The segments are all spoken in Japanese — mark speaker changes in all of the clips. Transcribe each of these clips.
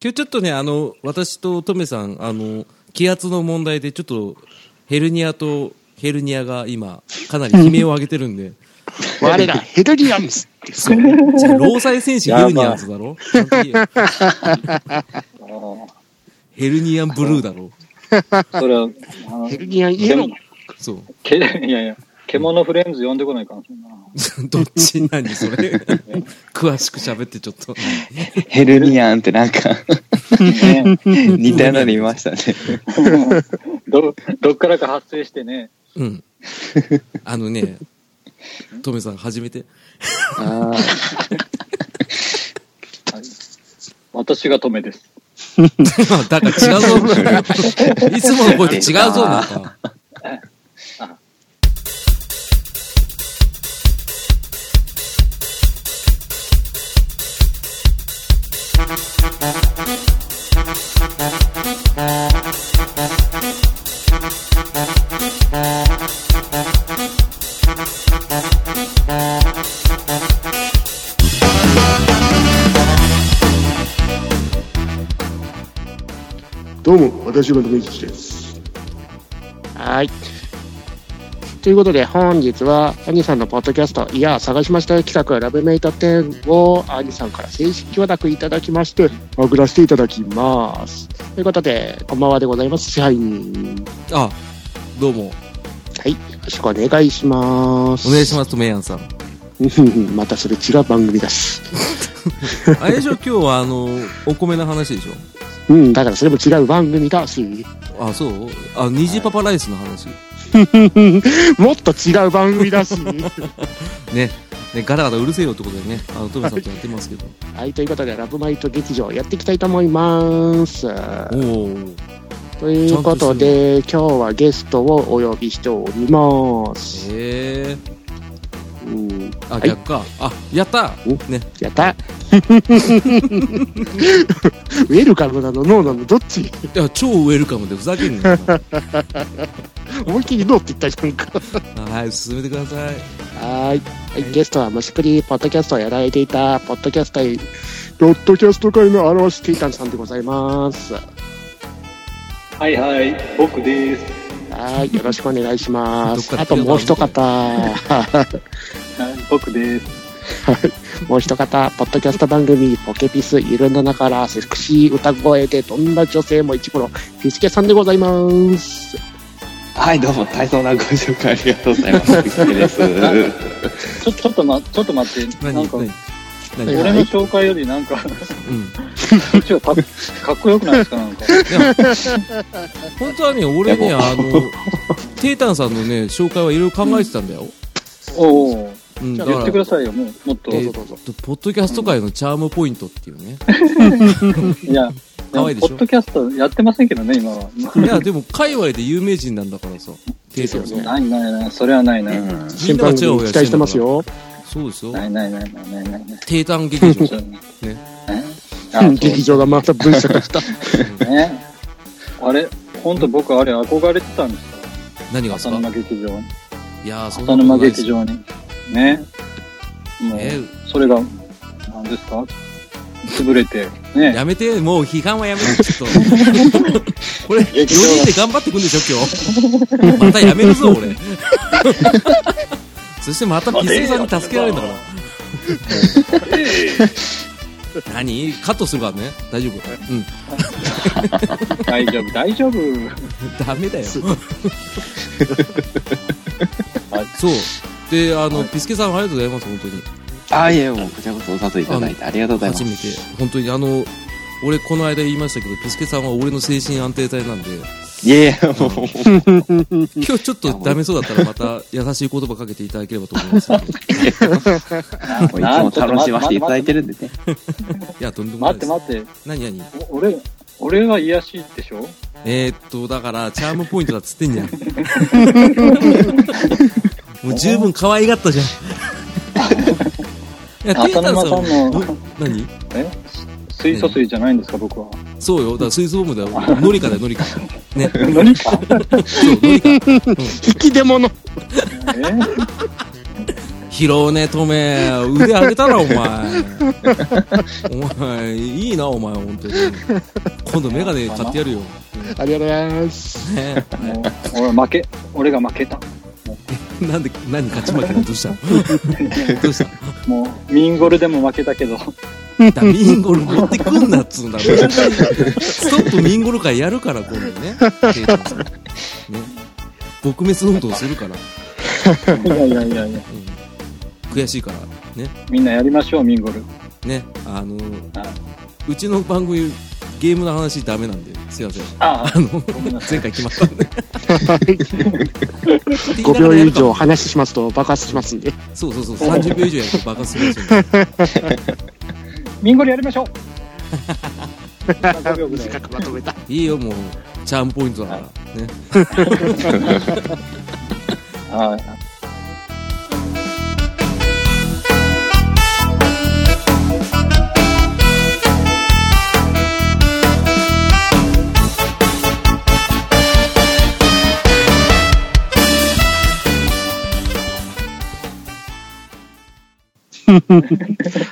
Speaker 1: 今日ちょっとね、あの、私とトメさん、あの、気圧の問題で、ちょっと、ヘルニアとヘルニアが今、かなり悲鳴を上げてるんで、
Speaker 2: 我らヘルニアンスですね。
Speaker 1: じゃあ労災戦士ヘルニアンズだろちゃんと言えよヘルニアンブルーだろ
Speaker 3: それは、あの、
Speaker 2: ヘルニアイエロー。
Speaker 1: そう。
Speaker 3: けい やいや、獣フレンズ呼んでこないかもしれんない。
Speaker 1: どっち何それ詳しく喋ってちょっと。
Speaker 4: ヘルニアンってなん か
Speaker 3: ね、
Speaker 4: 似たようなの見ましたね。
Speaker 3: どどっからか発生してね、
Speaker 1: うん。あのね、トメさん始めて。
Speaker 4: あー
Speaker 3: 私が止めです。
Speaker 1: だから違うぞ。 いつもの声と違うぞ、なんか。
Speaker 5: どうも、私は徳井吉です。
Speaker 2: はい。ということで、本日は、アニさんのポッドキャスト、いや、探しましたよ企画、ラブメイト10を、アニさんから正式許諾いただきまして、送らせていただきます。ということで、こんばんはでございます。支配人。
Speaker 1: あ、どうも。
Speaker 2: はい。よろしくお願いします。
Speaker 1: お願いし
Speaker 2: ま
Speaker 1: ます、トメヤンさん。
Speaker 2: す。またそれ違う番組だし。
Speaker 1: あれでしょ、今日はあの、お米の話でしょ。
Speaker 2: うん、だからそれも違う番組 だし、
Speaker 1: あ、そうあ、虹パパライスの話。
Speaker 2: もっと違う番組だし。
Speaker 1: ね。ね、ガラガラうるせえよってことでね、あの、トメさんとやってますけ ど。
Speaker 2: はい、ということで、ラブマイト劇場やっていきたいと思います。
Speaker 1: おー。
Speaker 2: ということで、今日はゲストをお呼びしております。
Speaker 1: えー。
Speaker 2: うん、
Speaker 1: あ、
Speaker 2: はい
Speaker 1: 逆か。あ、やったね。
Speaker 2: やった ウェルカムなのノーなのどっち
Speaker 1: いや、超ウェルカムでふざけんなよ。
Speaker 2: 思いっきりノーって言ったじゃんか。
Speaker 1: はい、進めてください。
Speaker 2: はーいはい。ゲストは虫くり、ポッドキャストをやられていた、ポッドキャスト界、ポッドキャスト界の表しティータンさんでございます。は
Speaker 3: はいはい、僕です。
Speaker 2: ーい。よろしくお願いしま
Speaker 1: ど
Speaker 2: す。
Speaker 1: っ
Speaker 2: あ
Speaker 1: か
Speaker 2: と
Speaker 1: ら
Speaker 2: もう一方。
Speaker 3: はい僕です。
Speaker 2: もう一方、ポッドキャスト番組、ポケピス、ゆるななから、セクシー歌声で、どんな女性も一頃、ピスケさんでございます。
Speaker 4: はい、どうも、体操なご紹介ありがとうございます。ビスケです。
Speaker 3: ちょちょっとま、ちょっと待って、
Speaker 1: 何
Speaker 3: なんか、
Speaker 1: 何何
Speaker 2: え
Speaker 3: 俺の紹介よりなんか、こ
Speaker 1: うん。
Speaker 3: っちはかかっこよくないですか、 なんか。
Speaker 1: 本当はね、俺ね、あの、テータンさんのね、紹介はいろいろ考えてたんだよ。
Speaker 3: おお、
Speaker 1: うん、だか
Speaker 3: 言って
Speaker 1: ら
Speaker 3: く、ださいよ、もう、もっと。
Speaker 1: えー
Speaker 2: どうぞどうぞ。
Speaker 1: ポッドキャスト界のチャームポイントっていうね。
Speaker 3: いや、
Speaker 1: 可愛いでしょ
Speaker 3: ポッドキャストやってませんけどね、今は。
Speaker 1: いや、でも、界隈で有名人なんだからさ、テータン
Speaker 2: です
Speaker 1: さ
Speaker 2: よね
Speaker 1: ん。
Speaker 3: ないないない、それはないな
Speaker 4: う
Speaker 3: い。
Speaker 4: ん
Speaker 1: みん
Speaker 2: 新
Speaker 1: なが
Speaker 2: 番
Speaker 1: チヤ
Speaker 2: 組
Speaker 1: ホ
Speaker 2: 期
Speaker 1: ヤ
Speaker 2: 待してます
Speaker 1: んだか
Speaker 2: よ。
Speaker 1: ら。そうですよ。
Speaker 3: ないないないないないないない。
Speaker 1: テータン劇場。
Speaker 3: そうね。
Speaker 1: ね
Speaker 3: あ
Speaker 2: うん劇場がまた分社化した。
Speaker 3: そうね。あれ、本当僕あれ憧れてたんですよ。
Speaker 1: 何がです
Speaker 3: 浅
Speaker 1: か
Speaker 3: 沼劇場に。
Speaker 1: いやー、そんな
Speaker 3: 浅
Speaker 1: こと
Speaker 3: 沼
Speaker 1: ないです
Speaker 3: 劇。場に。ね。もう、
Speaker 1: え
Speaker 3: それが、何ですか潰れて。
Speaker 1: ー
Speaker 3: ね。
Speaker 1: やめて、もう批判はやめて、ちょっと。これ、4
Speaker 3: 劇場
Speaker 1: 人で頑張ってくんでしょ、今日。またやめるぞ、俺。そしてまたピスケさんに助けられるんだから。何カットするからね。大丈夫。うん。
Speaker 3: 大丈夫、大丈夫。
Speaker 1: ダメだよ。 そう。で、あの、ピスケさんありがとうございます、本当に。
Speaker 4: あ、いえ、もう、こちらこそお誘いいただいてありがとうございます
Speaker 1: 初。めて。本当に、あの、俺この間言いましたけど、ピスケさんは俺の精神安定体なんで、
Speaker 4: いえいえ、もう、
Speaker 1: 今日ちょっとダメそうだったらまた優しい言葉かけていただければと思います。い
Speaker 3: ない
Speaker 4: つも楽しませていただいてるんでね。
Speaker 1: や、とんでもない
Speaker 3: 待っ
Speaker 1: です。
Speaker 3: て待って、
Speaker 1: 何何
Speaker 3: お俺、俺は癒やしでしょ
Speaker 1: えー、っと、だから、チャームポイントだっつってんじゃん。もう十分可愛がったじゃん。いや、
Speaker 3: 浅沼さんの
Speaker 1: うん何
Speaker 3: え水素水じゃないんですか、僕は。
Speaker 1: そうよ。だから水素ボムだよ。ノリカだよ、ノリカ。ね。
Speaker 3: 何か
Speaker 1: そう、ノリカ。
Speaker 2: 引き出物。
Speaker 3: え
Speaker 1: 拾うね、トメ。腕上げたら、お前。お前、いいな、お前、本当に。今度メガネ買ってやるよ。
Speaker 2: ありがとうございます。
Speaker 1: ね
Speaker 3: もう俺負け、俺が負けた。
Speaker 1: なんで、何勝ち負けなのどうしたのどうした
Speaker 3: もう、ミンゴルでも負けた けど、
Speaker 1: だミンゴル持ってくんなっつうんだろ。ストップミンゴル会やるから、今度ね。ケイトンさんね。撲滅運動するから。
Speaker 3: いやいやいやいや、
Speaker 1: 悔しいから。ね。
Speaker 3: みんなやりましょう、ミンゴル。
Speaker 1: ね。あの、
Speaker 3: あ
Speaker 1: うちの番組、ゲームの話ダメなんで、すいません。
Speaker 3: あ
Speaker 1: あ、の、
Speaker 3: ごめんなさい
Speaker 1: 前回決まったんで。
Speaker 2: 5秒以上話しますと爆発しますんで。
Speaker 1: そうそうそう、30秒以上やると爆発するらしいんで
Speaker 3: ミンゴルやりま しょう !5 秒ぐらい。
Speaker 2: 短くまとめた。
Speaker 1: いいよ、もう、チャームポイントだから。ね。
Speaker 3: はい。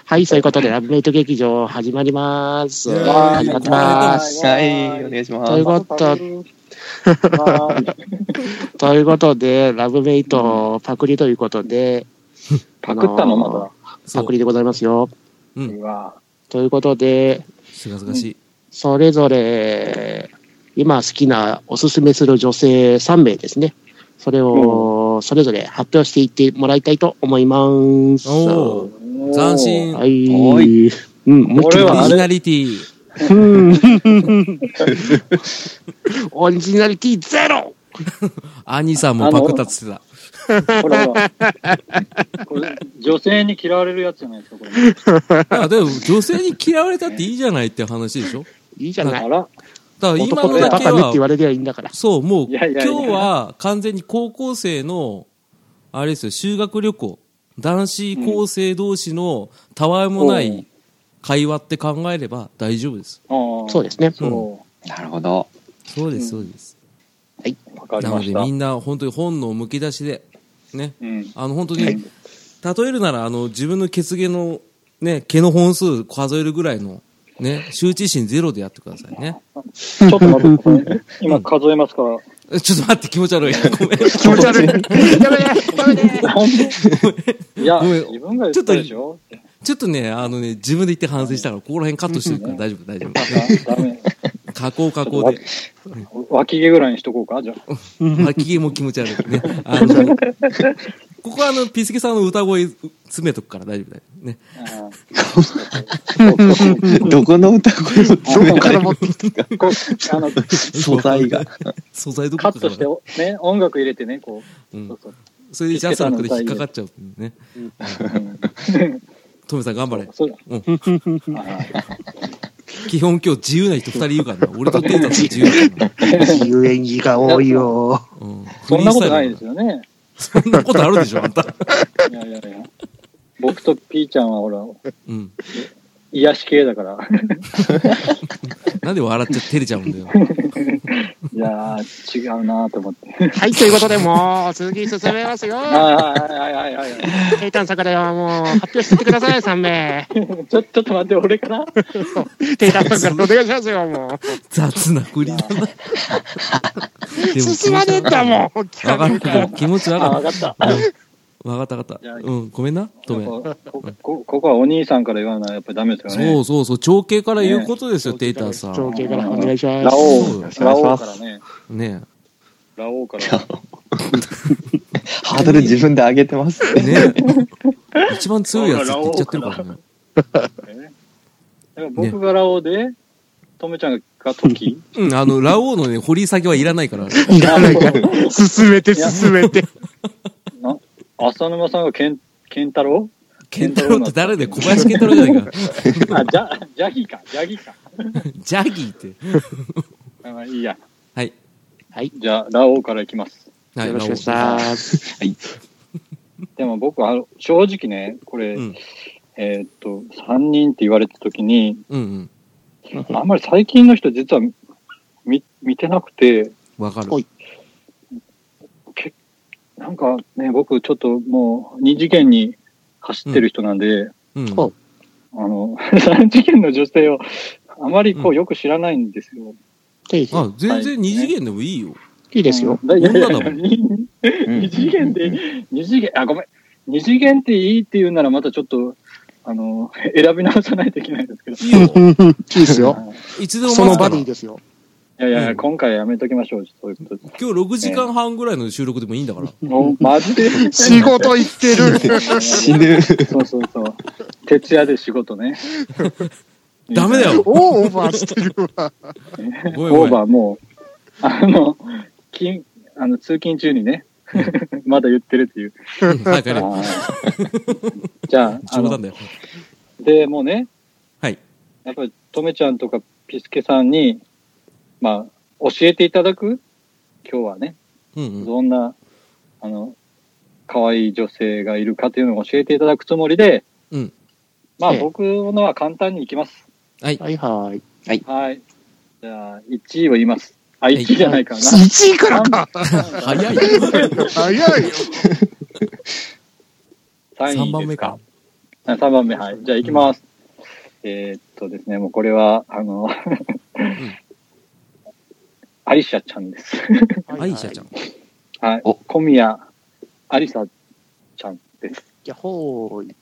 Speaker 2: はい、そういうことで、ラブメイト劇場始まります。
Speaker 1: イエーイ
Speaker 2: 始まってます。
Speaker 4: はい、お願いしま
Speaker 2: という
Speaker 4: す。
Speaker 2: こと
Speaker 3: はい
Speaker 2: ということで、ラブメイトパクリということで、
Speaker 3: パクったのまだ。
Speaker 1: そ
Speaker 2: パ
Speaker 1: う
Speaker 2: ク。リでございますよ。
Speaker 1: う。
Speaker 3: うんわ
Speaker 2: ということで、
Speaker 1: すがすがしい。
Speaker 2: それぞれ、今好きなおすすめする女性3名ですね。それを、それぞれ発表していってもらいたいと思います。
Speaker 1: お
Speaker 2: は
Speaker 1: ー斬新。
Speaker 2: い。
Speaker 4: おい
Speaker 2: うん、もう一
Speaker 3: こ
Speaker 2: 回
Speaker 3: れ
Speaker 1: オ
Speaker 3: は
Speaker 1: リ
Speaker 3: あ
Speaker 1: ジ
Speaker 3: れ
Speaker 1: ナリティ。
Speaker 2: オリジナリティゼロ
Speaker 1: アニさんもパクったっつってた。
Speaker 3: ほらほら。これ、女性に嫌われるやつじゃないですか、これ。
Speaker 1: いや、でも女性に嫌われたっていいじゃないって話でしょ
Speaker 2: いいじゃない
Speaker 3: あ。ら、
Speaker 1: だから今
Speaker 2: 男
Speaker 1: の
Speaker 2: って
Speaker 1: だ
Speaker 2: バ
Speaker 1: け
Speaker 2: カねって言
Speaker 1: は、
Speaker 2: われりゃいいんだから。
Speaker 1: そう、もう
Speaker 3: いやいやいや
Speaker 1: 今日は完全に高校生の、あれですよ、修学旅行。男子高生同士のたわいもな
Speaker 3: う
Speaker 1: い
Speaker 3: ん。
Speaker 1: 会話って考えれば大丈夫です。
Speaker 2: そうですすね。
Speaker 3: そ
Speaker 4: なるほど。
Speaker 1: そうです、そうです。
Speaker 3: う。わかり
Speaker 1: なの
Speaker 3: ま
Speaker 1: で
Speaker 3: した
Speaker 1: み。んな本当に本能むき出しで、ね。
Speaker 3: うん。
Speaker 1: あの本当に、例えるならあの自分の血毛の、ね、毛の本数数えるぐらいの、ね、羞恥心ゼロでやってくださいね。
Speaker 3: ちょっと待って、これ今数えますから。
Speaker 1: えちょっと待って、気持ち悪い。ごめん。
Speaker 2: 気持ち悪い。やめてやめて
Speaker 3: いや、
Speaker 1: ごめん
Speaker 3: 自分が言ったでしょ
Speaker 1: ちょっとね、あのね、自分で言って反省したから、ここら辺カットしてるから大丈夫、大丈
Speaker 3: あ
Speaker 1: 夫。
Speaker 3: ダメ。
Speaker 1: 加工加工で。
Speaker 3: 脇毛ぐらいにしとこうか、じゃあ。
Speaker 1: 巻き毛も気持ち悪いね。あの、ここはあの、ピスケさんの歌声詰めとくから大丈夫だよ。ね。
Speaker 3: あ
Speaker 4: どこの歌声を
Speaker 2: ど
Speaker 4: 詰め
Speaker 2: こからら
Speaker 4: れ
Speaker 2: 持って
Speaker 3: ーこあの、
Speaker 4: 素材が。
Speaker 1: 素材どこ
Speaker 3: カ
Speaker 1: ろ
Speaker 3: ットして、ね、音楽入れてね、こ
Speaker 1: う
Speaker 3: う。そ
Speaker 1: ん
Speaker 3: う。そう
Speaker 1: それでジャスラックで引っかかっちゃうね。
Speaker 3: うん
Speaker 1: トメさん頑張れ。
Speaker 3: そうだ
Speaker 1: うん。
Speaker 3: はい
Speaker 1: 基本今日自由な人二人いるからね。俺とデータと自由だからね。
Speaker 2: 遊園地が多いよ。
Speaker 1: うん。
Speaker 3: そんなことないです
Speaker 1: よ。
Speaker 3: よね。
Speaker 1: そんなことあるでしょ、あんた。
Speaker 3: いやいやいや。僕とピーちゃんはほら、
Speaker 1: うん。
Speaker 3: 癒し系だから。
Speaker 1: なんで笑っちゃ照れちゃうんだよ。
Speaker 3: いやー、違うなーと思って。
Speaker 2: はい、ということで、もう、続き進めますよ。
Speaker 3: はいはいはいはいはい。
Speaker 2: 平坦さんからもう、発表してってください、3名。
Speaker 3: ちょ、ちょっと待って、俺から
Speaker 2: 平坦さんからお願いしますよ、もう。
Speaker 1: 雑な振りだな。でも
Speaker 2: 進まねえんだもん。
Speaker 1: わかった。気持ち悪か
Speaker 3: あ、わ
Speaker 1: っ
Speaker 3: かった。
Speaker 1: た。うんわかったわかっ
Speaker 3: じゃ
Speaker 1: た。
Speaker 3: あ
Speaker 1: うん、ごめんな、トメ。
Speaker 3: ここここはお兄さんから言わないやっぱりダメですよ
Speaker 1: そ
Speaker 3: ね。
Speaker 1: うそうそう、長兄から言うことですよ、テイタンさ
Speaker 2: 長
Speaker 1: ん。
Speaker 2: 兄からお願いしま
Speaker 3: ラ
Speaker 2: す。
Speaker 3: オウ、
Speaker 4: そう
Speaker 3: ラオウからね。
Speaker 1: ね
Speaker 3: ラオウから。
Speaker 4: ハードル自分で上げてます
Speaker 1: え。
Speaker 4: ね。
Speaker 1: ねえ。一番強いやつって言っちゃってるからね。
Speaker 3: ねだから僕がラオウで、とめちゃんがトキ。
Speaker 1: うん、あの、ラオウのね、掘り下げはいらないから。
Speaker 2: いらないから。進めて、進め て。
Speaker 3: な浅沼さんがケン、ケンタロウ
Speaker 1: ケンタロウって誰だよ、小林ケンタロウじゃないか。
Speaker 3: あ、ジャ、ジャギか、ジャギか。
Speaker 1: ジャギーって。
Speaker 3: まあいいや。
Speaker 1: はい。
Speaker 3: じゃあ、ラオウからいきます。
Speaker 1: はい、
Speaker 2: よろしくお願いし
Speaker 1: ラ
Speaker 2: ます。
Speaker 3: でも僕は、正直ね、これ、
Speaker 1: オウうん、
Speaker 3: えーっと、3人って言われた時に、
Speaker 1: うん、
Speaker 3: あんまり最近の人実は見見てなくて、
Speaker 1: うん。わかる。
Speaker 2: おい
Speaker 3: なんかね、僕ちょっともう二次元に走ってる人なんで、
Speaker 1: うん。
Speaker 2: そう
Speaker 3: あの、 三次元の女性をあまりこうよく知らないんですよ。
Speaker 2: ぜひ、
Speaker 1: あ、全
Speaker 3: はい
Speaker 1: 然二次元でもいいよ。
Speaker 2: いいですよ。
Speaker 3: うん。いやいやい
Speaker 1: 女だも
Speaker 3: や
Speaker 1: ん
Speaker 3: に二次元で、二次元、あ、ごめん。二次元っていいって言うならまたちょっと、あの、選び直さないといけないですけど。
Speaker 1: いいよ。
Speaker 2: いいですよ。
Speaker 3: はい
Speaker 1: いつでも
Speaker 2: そ
Speaker 1: 待
Speaker 2: の
Speaker 1: つか
Speaker 2: 場
Speaker 1: ら。
Speaker 2: でい
Speaker 1: 今
Speaker 2: いですよ。
Speaker 3: いやいや、
Speaker 1: うん
Speaker 3: 今回やめときましょう。そういうことで
Speaker 1: 日6時間半ぐらいの収録でもいいんだから。
Speaker 3: もうマジで。
Speaker 2: 仕事行ってる。
Speaker 4: 死ぬ。
Speaker 3: そうそうそう。徹夜で仕事ね。
Speaker 1: ダメだよ。
Speaker 2: オーバーしてるわ。
Speaker 1: ごめんごめ
Speaker 3: オー
Speaker 1: ん。
Speaker 3: バーもう、あの、勤あの通勤中にね、 まだ言ってるっていう。
Speaker 1: うん早く帰れ。
Speaker 3: はいじゃあ、あ
Speaker 1: 冗
Speaker 3: の
Speaker 1: 談だよ。
Speaker 3: でもうね、
Speaker 1: はい。
Speaker 3: やっぱり、とめちゃんとかピスケさんに、まあ、教えていただく、今日はね、
Speaker 1: うんうん。
Speaker 3: どんな、あの、可愛い女性がいるかというのを教えていただくつもりで、
Speaker 1: うん
Speaker 3: まあ、
Speaker 2: ええ
Speaker 3: 僕のは簡単にいきます。
Speaker 2: はいはい。
Speaker 3: はい。じゃあ、1位を言います。あ、1位じゃないかな。
Speaker 2: 1位からか。
Speaker 1: 早い。
Speaker 2: 早いよ。
Speaker 3: 3位
Speaker 1: 3番目か。
Speaker 3: あ3番目、はい。じゃあ、行きます。えーっとですね、もうこれは、あの、 アリシャちゃんです。
Speaker 1: アイシャちゃん。
Speaker 3: はい。
Speaker 4: お
Speaker 3: 小宮アリサちゃんです。
Speaker 2: やっほーい。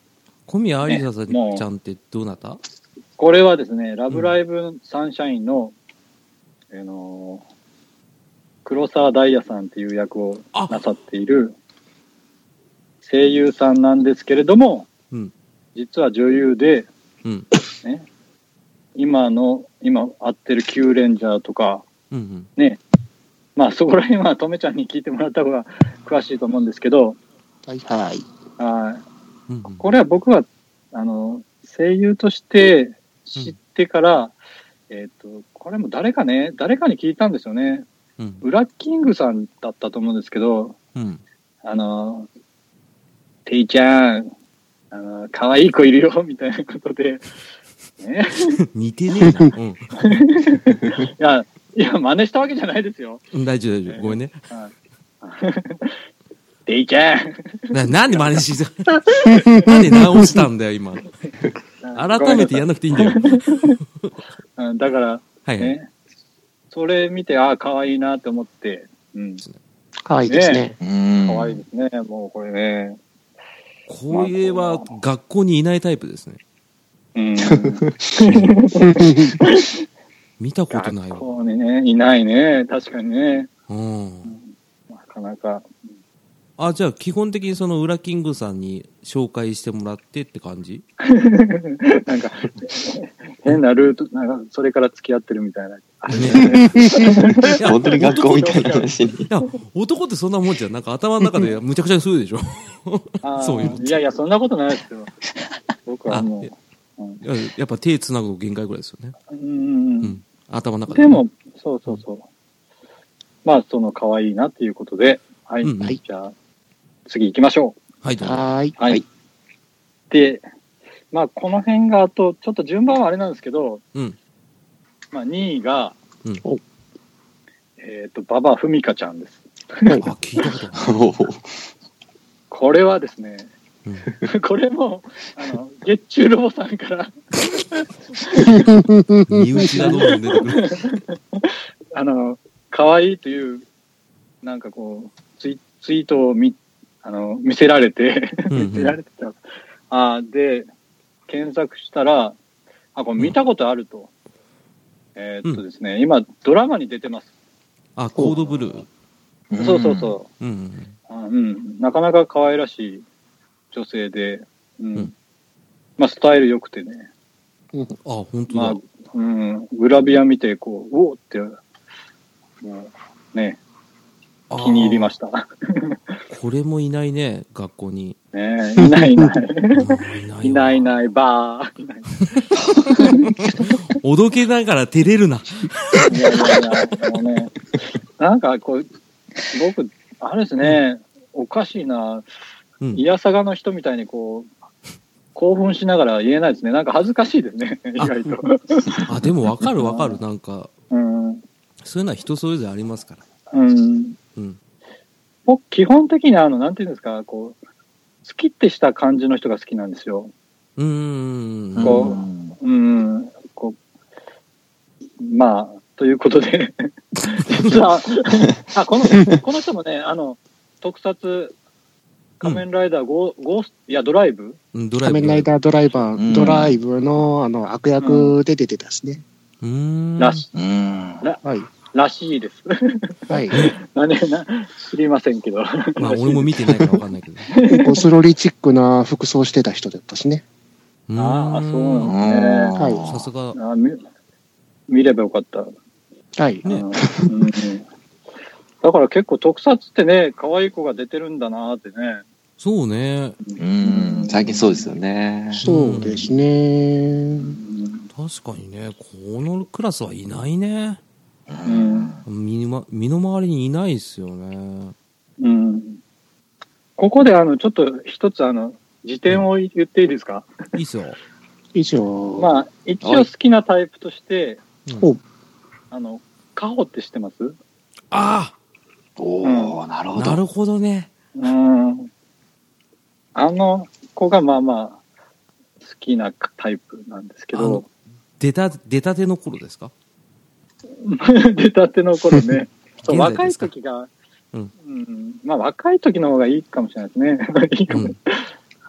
Speaker 1: 小宮アイシャさ
Speaker 3: ねもうん
Speaker 1: ちゃんってどうなった
Speaker 3: これはですね、ラブライブサンシャインの、あのー黒沢ダイヤさんっていう役を
Speaker 1: あ
Speaker 3: なさっている声優さんなんですけれども、
Speaker 1: うん
Speaker 3: 実は女優で、
Speaker 1: うん。
Speaker 3: ね、今の、今会ってる Q レンジャーとか、
Speaker 1: うんうん。
Speaker 3: まあそこら辺はとめちゃんに聞いてもらった方が詳しいと思うんですけど、
Speaker 2: はいはい。
Speaker 3: はい。
Speaker 1: うんうん。
Speaker 3: これは僕は、あの、声優として知ってから、えっ、と、これも誰かね、誰かに聞いたんですよね。
Speaker 1: うん
Speaker 3: ブラッキングさんだったと思うんですけど、
Speaker 1: うん。
Speaker 3: あの、ていちゃん、あの、可愛い子いるよ、み たいなことで、ね。
Speaker 1: 似てねえな。
Speaker 3: いや、いや、真似したわけじゃないですよ。
Speaker 1: うん。大丈夫、大丈夫。ごめんね。
Speaker 3: ていちゃん。
Speaker 1: な、なんで真似してなんで直したんだよ、今。 改めてやんなくていいんだよ。
Speaker 3: うんだから、
Speaker 1: はいはい。
Speaker 3: ね、それ見て、ああ、可愛いなって思って、うん。
Speaker 2: 可愛いですね。
Speaker 4: うん。
Speaker 3: 可愛いですね、もうこれね。
Speaker 1: これは学校にいないタイプですね。
Speaker 3: うん。
Speaker 1: 見たことない
Speaker 3: 学
Speaker 1: わ。
Speaker 3: 校にね、いないね、確かにね。
Speaker 1: うん。
Speaker 3: なかなか。
Speaker 1: あ、じゃあ基本的にその裏キングさんに紹介してもらってって感 じ
Speaker 3: なんか、変なルート、なんか、それから付き合ってるみたいな。
Speaker 1: ねいや
Speaker 4: 本当に学校みたいな話に。
Speaker 1: いや、男ってそんなもんじゃん。なんか頭の中でむちゃくちゃにするでしょ。
Speaker 3: あー
Speaker 1: そういうこと
Speaker 3: いやいや、そんなことないで すよ。僕は
Speaker 1: あ
Speaker 3: も
Speaker 1: えいややっぱ手繋ぐの限界ぐらいですよね。
Speaker 3: う。うん。
Speaker 1: うん。頭の中で。
Speaker 3: でも、そうそうそう。まあ、その、可愛いなっていうことで、はい。
Speaker 1: うん
Speaker 3: はい、じゃあ、次行きましょう。
Speaker 1: はい、どうぞ
Speaker 2: はーい。
Speaker 3: はい。
Speaker 4: はい
Speaker 3: で、まあ、この辺が、あと、ちょっと順番はあれなんですけど、
Speaker 1: うん。
Speaker 3: まあ、2位が、
Speaker 1: うん
Speaker 3: えっ、と、馬場ふみかちゃんです。
Speaker 1: あ、聞いたことない。
Speaker 4: おー
Speaker 3: これはですね、
Speaker 1: うん
Speaker 3: これも、あの、月中ロボさんから、
Speaker 1: 身内がどんどん出てく る。
Speaker 3: あの、可愛いという、なんかこう、ツイツイートを見、あの、見せられて、
Speaker 1: うんう
Speaker 3: 見
Speaker 1: ん
Speaker 3: せられてた。あーで、検索したら、あ、これ見たことあると。えーっとですね、今、ドラマに出てます。
Speaker 1: あ、コードブルー。
Speaker 3: そうそうそう。
Speaker 1: うんうん。
Speaker 3: あうん、なかなか可愛らしい女性で、うん
Speaker 1: うん
Speaker 3: まあ、スタイル良くてね、
Speaker 1: あ、本当
Speaker 3: ま
Speaker 1: だ
Speaker 3: あ。うん、グラビア見てこう、おおって、もうね、
Speaker 1: あー
Speaker 3: 気に入りました。
Speaker 1: これもいないね、学校に。
Speaker 3: ねいないいない。
Speaker 1: うん
Speaker 3: いないい
Speaker 1: わ
Speaker 3: ない、ばー。いない
Speaker 1: おどけながら照れるな。
Speaker 3: いやいやいや、もうね、なんかこう、僕、あれですね、おかしいな、
Speaker 1: うん
Speaker 3: いやさがの人みたいにこう、興奮しながら言えないですね。なんか恥ずかしいですね、意外と。
Speaker 1: あ、でもわかるわかる。なんか、
Speaker 3: うん
Speaker 1: そういうのは人それぞれありますから。
Speaker 3: うん
Speaker 1: うん。
Speaker 3: 僕、基本的にあの、なんていうんですか、こう、好きってした感じの人が好きなんですよ。
Speaker 1: うーん。
Speaker 3: こう、うん、こう、まあ、ということ で、実は、あ、この、この人もね、あの、特撮、仮面ライダーゴー、ゴース、いや、ドライブ
Speaker 1: うん、ドライ
Speaker 2: 仮
Speaker 1: ブ。
Speaker 2: 面ライダードライバー、
Speaker 4: うん
Speaker 2: ドライブのあの悪役で出てたですね。
Speaker 1: うーん。
Speaker 3: らし、
Speaker 4: うん。
Speaker 2: はい。
Speaker 3: らしいです。
Speaker 2: はい。
Speaker 3: なね、な、知りませんけど。
Speaker 1: まあ、俺も見てないからわかんないけど。
Speaker 2: ゴスロリチックな服装してた人だったしね。
Speaker 1: うーん
Speaker 3: ああ、そうなんですね。
Speaker 2: はい
Speaker 1: さすが。
Speaker 3: あ見見ればよかった。
Speaker 2: は
Speaker 1: ね
Speaker 2: い。
Speaker 3: うんうんだから結構特撮ってね、可愛い子が出てるんだなってね。
Speaker 1: そうね。
Speaker 4: うん。最近そうですよね。
Speaker 2: そうですね。
Speaker 1: 確かにね、このクラスはいないね。
Speaker 4: う
Speaker 3: う。ん。
Speaker 1: 身の身の回りにいないですよね。
Speaker 3: うん。ここであの、ちょっと一つあの、辞典を言っていいですか、
Speaker 1: いいっすよ。
Speaker 2: 以上。あ、
Speaker 3: まあ、一応好きなタイプとして、
Speaker 1: うん
Speaker 3: あの、カホって知ってます
Speaker 1: あ
Speaker 4: おー、なる
Speaker 1: あ
Speaker 4: ほ
Speaker 1: な
Speaker 4: ど。
Speaker 1: るほどね。
Speaker 3: うん。あの子がまあまあ、好きなタイプなんですけ
Speaker 1: あ
Speaker 3: ど
Speaker 1: の、出た、出たての頃ですか
Speaker 3: 出たての頃ね。そ う
Speaker 1: 現在
Speaker 3: 若
Speaker 1: で
Speaker 3: い
Speaker 1: すか
Speaker 3: 時が、
Speaker 1: う
Speaker 3: うんん、まあ若い時の方がいいかもしれないですね。 いいかも。
Speaker 1: う。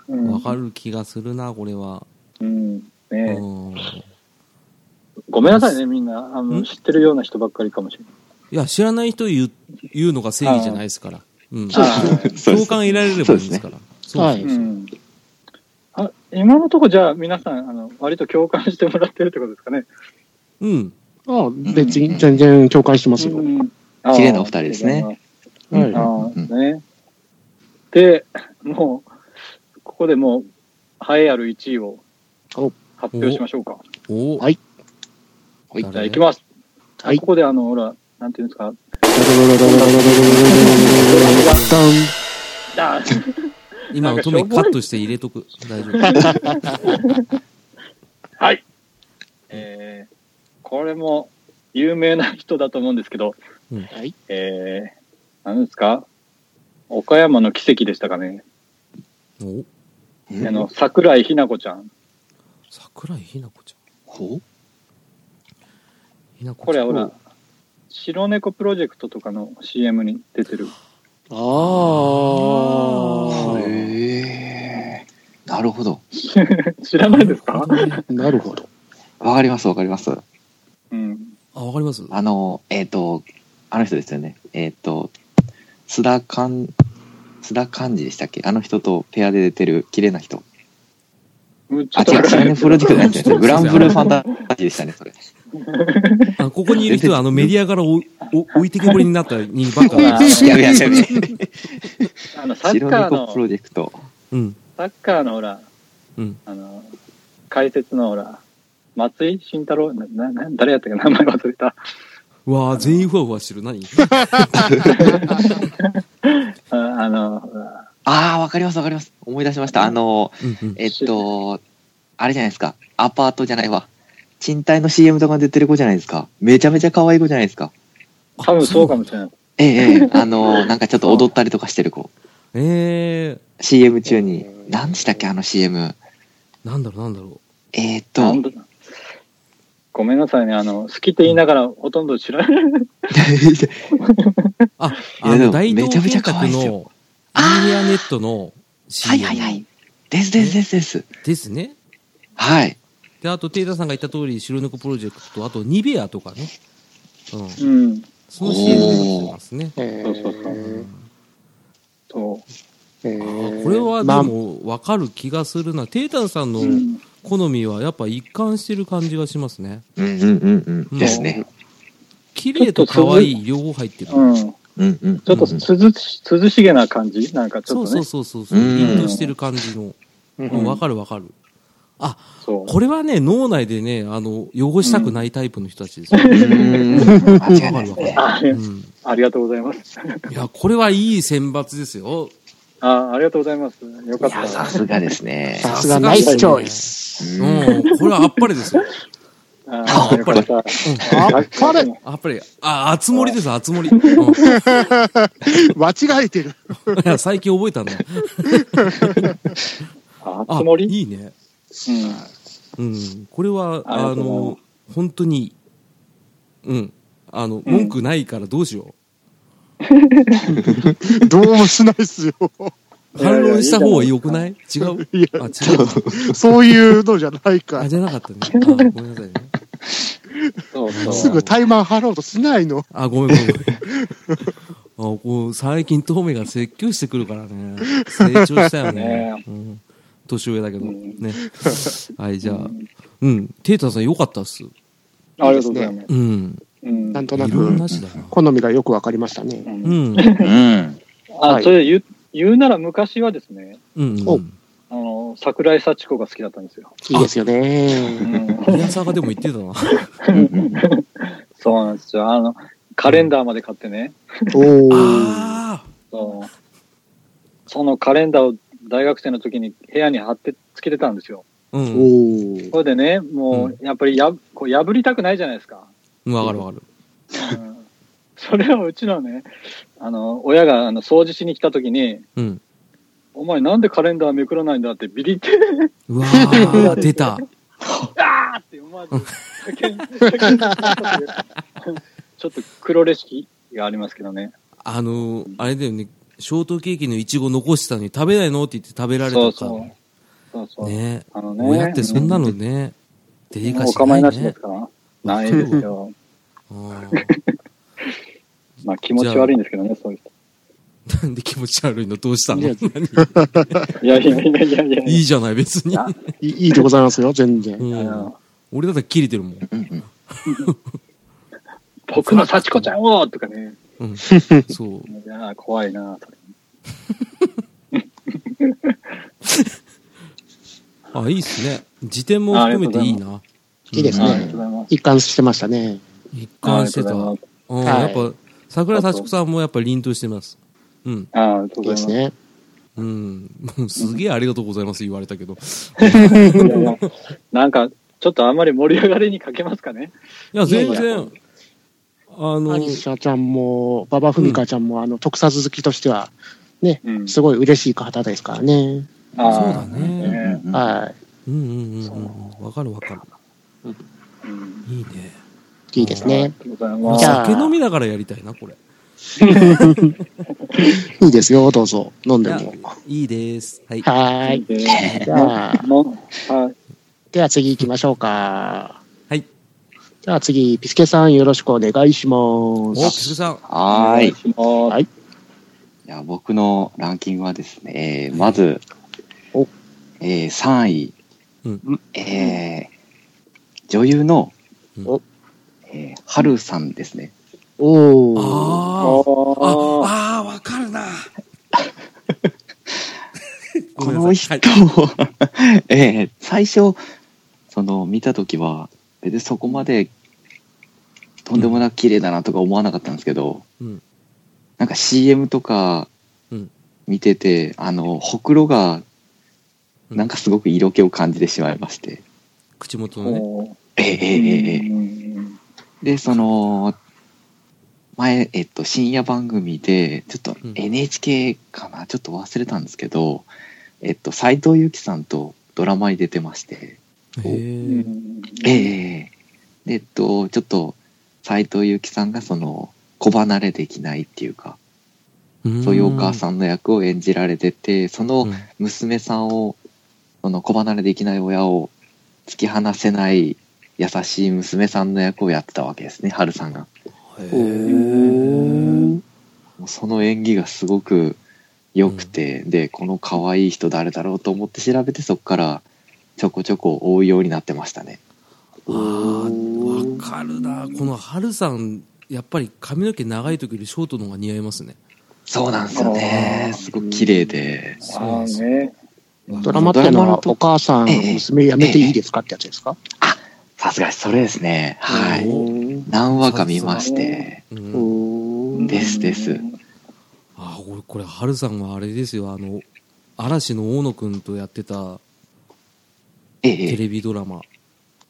Speaker 3: うん
Speaker 1: わかる気がするな、これは。
Speaker 3: うん。
Speaker 1: う
Speaker 3: ね
Speaker 1: ん。い
Speaker 3: ごめんなさいね、みんな。あ
Speaker 1: う
Speaker 3: の、
Speaker 1: ん
Speaker 3: 知ってるような人ばっかりかもしれない。
Speaker 1: や、知らない人言う言うのが正義じゃないですから。うん。
Speaker 3: あー。
Speaker 4: そう
Speaker 1: 共
Speaker 4: です
Speaker 1: 感得られればいいんですから。
Speaker 2: そうで
Speaker 1: そう
Speaker 2: すね
Speaker 1: うそうん
Speaker 3: あ、今のとこじゃあ皆さん、あの、割と共感してもらってるってことですかね。
Speaker 1: うん。
Speaker 2: あ別に全然共感してますよ。
Speaker 3: うん。
Speaker 4: 綺麗なお二人ですね
Speaker 2: は
Speaker 3: あ
Speaker 2: い。
Speaker 3: ー
Speaker 4: うん
Speaker 3: ね。で、もう、ここでもう、栄えある1位を
Speaker 2: お
Speaker 3: 発表しましょうか。
Speaker 1: お
Speaker 2: はい
Speaker 4: はい
Speaker 3: じゃあ、行きます。
Speaker 2: はい
Speaker 3: こ。こで、あの、ほら、なんていうんですか。ダン
Speaker 1: 今のトメカットして入れとく。大丈夫。
Speaker 3: はい。えー、これも有名な人だと思うんですけど、
Speaker 1: うん
Speaker 2: はい
Speaker 3: えー、何ですか岡山の奇跡でしたかね。
Speaker 1: お
Speaker 4: うん
Speaker 3: あの、桜井日奈子ちゃん。
Speaker 1: 桜井ひな子ちゃ。
Speaker 4: ほうん
Speaker 1: ひな子
Speaker 3: こ
Speaker 1: ち
Speaker 3: れ
Speaker 1: ゃ
Speaker 3: は
Speaker 1: ん。
Speaker 3: ほら、白猫プロジェクトとかの CM に出てる。
Speaker 2: ああ。
Speaker 4: へーなるほど。
Speaker 3: 知らないですか
Speaker 2: なるほど。
Speaker 4: わかります、わかります。
Speaker 3: うん。
Speaker 1: あ、わかります
Speaker 4: あの、えっ、と、あの人ですよね。えっ、と、須田かん、須田寛治でしたっけあの人とペアで出てる綺麗な人。
Speaker 3: うんち
Speaker 4: あ、違う、チャンネルプロジェクトじゃないですね。グランブルーファンタジーでしたね、それ。
Speaker 1: あここにいる人はあのメディアからおお置いてけぼりになった人ばっか だ
Speaker 3: あ
Speaker 4: いやいやいやいや。
Speaker 3: あの、サッ
Speaker 4: 白
Speaker 3: カー
Speaker 4: 猫プロ
Speaker 3: の、
Speaker 4: ジェクト。
Speaker 1: うん。
Speaker 3: サッカーのほら、
Speaker 1: うん。
Speaker 3: あの、解説のほら、松井慎太郎、な、な、な誰やったっけ名前忘れた。
Speaker 1: うわあ全員ふわふわしてる。何
Speaker 3: ああの、ほら
Speaker 4: ああ、わかります、わかります。思い出しました。あの、
Speaker 1: うんうん。
Speaker 4: えっと、あれじゃないですか。アパートじゃないわ。賃貸の CM とかに出てる子じゃないですか。めちゃめちゃ可愛い子じゃないですか。
Speaker 3: 多分そうかもしれない。
Speaker 4: ええええ、 あの、なんかちょっと踊ったりとかしてる子。
Speaker 1: え
Speaker 4: CM 中に。何でしたっけ、あの CM。
Speaker 1: ー、なんだろうなんだろ
Speaker 4: えっと、
Speaker 3: なんだごめんなさいね、あの、好きって言いながらほとんど知らない。
Speaker 1: う。あ、あ
Speaker 4: いやで
Speaker 1: の、
Speaker 4: も
Speaker 1: 大
Speaker 4: めちゃ
Speaker 1: 東建
Speaker 4: めちゃ可
Speaker 1: 託
Speaker 4: 愛いです
Speaker 1: のアイデアネットの
Speaker 4: はい
Speaker 1: CM
Speaker 4: はいはい。ですですですです。
Speaker 1: ですね。
Speaker 4: はい。
Speaker 1: で、あと、テイタさんが言った通り、白猫プロジェクトと、あと、ニベアとかね。うん。
Speaker 3: うん。
Speaker 1: その CM に出てますね。
Speaker 2: え
Speaker 3: そうそうそう
Speaker 2: ー
Speaker 3: そ
Speaker 2: え
Speaker 1: あ
Speaker 2: ー
Speaker 1: ーこれは
Speaker 2: まあ
Speaker 1: でも分かる気がするな、テータンさん
Speaker 3: う。
Speaker 1: の
Speaker 3: うん。
Speaker 1: 好みはやっぱ一貫してる感じがしますね
Speaker 4: うんうんうん
Speaker 1: う
Speaker 4: うんん。ですね。
Speaker 1: 綺麗と可愛い両方入ってる、
Speaker 3: うん
Speaker 4: うんうん。
Speaker 3: ちょっと涼し、涼しげな感じなんかち
Speaker 1: そう
Speaker 3: ょっと
Speaker 1: そう
Speaker 3: ね。
Speaker 1: そうそうそう
Speaker 4: うん
Speaker 1: 凛としてる感じの、
Speaker 3: う
Speaker 1: うん、分
Speaker 3: ん
Speaker 1: かる分かる
Speaker 3: そう。
Speaker 1: これはね脳内でねあの汚したくないタイプの人たちですよ、
Speaker 4: うーん。間違いないですね。
Speaker 3: ああり
Speaker 1: うん、
Speaker 3: ありがとうございます。
Speaker 1: いやこれはいい選抜ですよ
Speaker 3: あありがとうございます。よか
Speaker 4: い
Speaker 3: っ
Speaker 4: や、
Speaker 3: た
Speaker 4: さ。すがですね。
Speaker 2: さすがナイスチョイス。
Speaker 1: うんこれはあっぱれですよ
Speaker 3: ああ、よかった。
Speaker 2: あっぱれ
Speaker 1: あやっぱり、あ、あつ森です、あつ森。うんい
Speaker 2: 間違えてる。
Speaker 1: や最近覚えたんだ。
Speaker 3: あ、
Speaker 1: あ
Speaker 3: つもり
Speaker 1: いいね。
Speaker 3: うん。
Speaker 1: うん。これは、
Speaker 3: ありが
Speaker 1: あ
Speaker 3: とうございま
Speaker 1: の、本当に、うん。あの、文句ないからどうしよ
Speaker 2: どうもしないっすよ。
Speaker 1: う。反論した方が良くない違う
Speaker 2: い
Speaker 1: あ、違う。
Speaker 2: や、そういうのじゃないか
Speaker 1: あ、
Speaker 2: ら。
Speaker 1: じゃなかったね。あ、ごめんなさいね。
Speaker 3: そうそう。
Speaker 2: すぐタイマン払おうとしないの。
Speaker 1: あ、ごめんごめん。あこう最近、トメが説教してくるからね。成長したよね。
Speaker 3: ね
Speaker 1: うん、年上だけど、
Speaker 3: うん
Speaker 1: ね。はい、じゃあ、うん、テータさんよかったっす。
Speaker 3: ありがとうございます。
Speaker 1: うん。
Speaker 3: うん
Speaker 2: なんとない
Speaker 1: ろん
Speaker 2: く
Speaker 1: な、しだな。
Speaker 2: 好みがよくわかりましたね。
Speaker 1: う
Speaker 3: うん
Speaker 1: ん。
Speaker 4: うん。
Speaker 3: あ
Speaker 2: はい、
Speaker 3: それ言う言うなら昔はですね、
Speaker 1: うん。う
Speaker 2: お
Speaker 1: ん。
Speaker 3: あの、桜井幸子が好きだったんですよ。
Speaker 2: いいですよね。
Speaker 3: うん
Speaker 1: 宮沢がでも言ってたな。
Speaker 3: そうなんですよ。あの、カレンダーまで買ってね、
Speaker 2: おー。
Speaker 1: あ
Speaker 3: そうそのカレンダーを大学生の時に部屋に貼ってつけてたんですよ。
Speaker 1: あ。うん。
Speaker 2: おー。
Speaker 3: それでね、もう、やっぱりやこう破りたくないじゃないですか。
Speaker 1: うんわかるわかる。
Speaker 3: うんそれをうちのね、あの、親があの掃除しに来た時に、
Speaker 1: うん。
Speaker 3: お前なんでカレンダーめくらないんだってビリって、
Speaker 1: うわ ー、出た。
Speaker 3: あーって思わず、叫ん叫んだちょっと黒レシピがありますけど ね。
Speaker 1: あのー、あれだよね、ショートケーキのイチゴ残してたのに食べないのって言って食べられた
Speaker 3: そう
Speaker 1: と
Speaker 3: そう
Speaker 1: か。。
Speaker 3: そうそう。
Speaker 1: ね。
Speaker 3: あのね。
Speaker 1: 親ってそんなのね、デリ
Speaker 3: も
Speaker 1: カ
Speaker 3: う
Speaker 1: シー
Speaker 3: お構い
Speaker 1: な
Speaker 3: ないしで
Speaker 1: ね
Speaker 3: す。かないですよ。
Speaker 1: うん
Speaker 3: まあ気持ち悪いんですけどね、そういう人。
Speaker 1: なん で気持ち悪いのどうしたの
Speaker 2: いや
Speaker 3: いやいやいやいやいや
Speaker 1: いいじゃない、別に。
Speaker 3: あ
Speaker 2: いいいでございますよ、全然。
Speaker 1: う
Speaker 3: あ
Speaker 1: ん
Speaker 3: の、
Speaker 1: 俺だったら切れてるもん。
Speaker 4: うん
Speaker 3: 僕の幸子ちゃんをとかね。
Speaker 1: うん、そう。
Speaker 3: いやー怖いなそれ
Speaker 1: あ、いいっすね。辞典も含めていいな。
Speaker 2: いいです
Speaker 3: あ
Speaker 2: ね
Speaker 3: りがとうございます。
Speaker 2: 一貫してましたね。
Speaker 1: 一貫してた。
Speaker 3: ありがと
Speaker 1: う
Speaker 3: うんございます
Speaker 1: やっぱ、桜井幸子さんもやっぱ凛としてます。うん。
Speaker 3: あーありがとう
Speaker 2: いいで
Speaker 3: ござい
Speaker 2: す
Speaker 3: ます。
Speaker 2: ね。
Speaker 1: うん。もうすげえありがとうございます言われたけど。
Speaker 3: いやいやなんか、ちょっとあんまり盛り上がりに欠けますかね。
Speaker 1: いや、全
Speaker 3: いやいや
Speaker 1: 然、あの
Speaker 2: ア、ニシャちゃんも、馬場ふみかちゃんも、あの、特撮好きとしては、ね、
Speaker 3: うん。
Speaker 2: すごい嬉しい方ですからね。
Speaker 3: あー
Speaker 1: そうだね
Speaker 3: ね
Speaker 4: うん。
Speaker 2: は
Speaker 1: うんうんうんうん。わかるわかる。
Speaker 3: うん
Speaker 1: いいね。
Speaker 2: い。いいですね。
Speaker 3: ありがとうご
Speaker 1: お
Speaker 3: ざい
Speaker 2: じゃあ
Speaker 3: ま
Speaker 1: 酒飲みながらやりたいな、これ。
Speaker 2: いいですよ、どうぞ。飲ん
Speaker 1: い
Speaker 2: で
Speaker 1: や
Speaker 2: も。
Speaker 1: いいです。はい。
Speaker 2: はーい。
Speaker 3: す。で
Speaker 2: じゃあ、
Speaker 3: もうはい。
Speaker 2: では次行きましょうか。
Speaker 1: はい。
Speaker 2: じゃあ次、ピスケさんよろしくお願いしま
Speaker 1: お、ピ
Speaker 2: す。
Speaker 1: スケさん。
Speaker 4: はーい。い
Speaker 3: お願いし
Speaker 4: や、僕のランキングはですね、えーまず
Speaker 2: お、
Speaker 4: えー、3位、
Speaker 1: うん
Speaker 4: えー女優の、
Speaker 1: うん
Speaker 4: えー、はるさんですね。
Speaker 2: おー。
Speaker 1: ああ。
Speaker 3: ます。
Speaker 1: ああー、わかるな。ご
Speaker 4: こ
Speaker 1: めん
Speaker 4: の
Speaker 1: なさ
Speaker 4: 人
Speaker 1: い。
Speaker 4: を、 えー最初、その、見たときは、別にそこまで、とんでもなく綺麗だなとか思わなかったんですけど、
Speaker 1: うん
Speaker 4: なんか CM とか
Speaker 1: うん、
Speaker 4: 見てて、あの、ほくろが、
Speaker 1: うん
Speaker 4: なんかすごく色気を感じてしまいまして。
Speaker 1: 口元のね。
Speaker 3: おー
Speaker 4: えーえーえーえー
Speaker 3: うん
Speaker 4: で、その、前、えっと、深夜番組で、ちょっと
Speaker 1: うん
Speaker 4: NHK かな、ちょっと忘れたんですけど、えっと、斎藤由貴さんとドラマに出てまして、
Speaker 1: へ
Speaker 3: うん
Speaker 1: え。
Speaker 4: ええでえっと、ちょっと、斎藤由貴さんがその、子離れできないっていうか、そういうお母さんの役を演じられてて、その
Speaker 1: うん。
Speaker 4: 娘さんを、その子離れできない親を突き放せない優しい娘さんの役をやってたわけですね、春さんが。
Speaker 1: へえ。
Speaker 4: もうその演技がすごく良くて、で、この可愛い人誰だろうと思って調べて、そこからちょこちょこ追うようになってましたね。
Speaker 1: あーわかるな。この春さん、やっぱり髪の毛長い時よりショートの方が似合いますね。
Speaker 4: そうなんですよね
Speaker 3: あ。ー
Speaker 4: すごく綺麗で。
Speaker 1: そうなん
Speaker 3: ああ
Speaker 1: ですよ
Speaker 3: ね。
Speaker 2: ドラマっていうのは、お母さん、
Speaker 4: ええ
Speaker 2: 娘やめていいですかってやつですか
Speaker 4: さすがにそれですね。はい。
Speaker 1: お
Speaker 4: 何話か見まして。
Speaker 1: うん
Speaker 3: うん
Speaker 4: ですです
Speaker 1: あー、俺、これ、春さんはあれですよ。あの、嵐の大野くんとやってた
Speaker 4: え
Speaker 1: テ
Speaker 4: え。
Speaker 1: レビドラマ。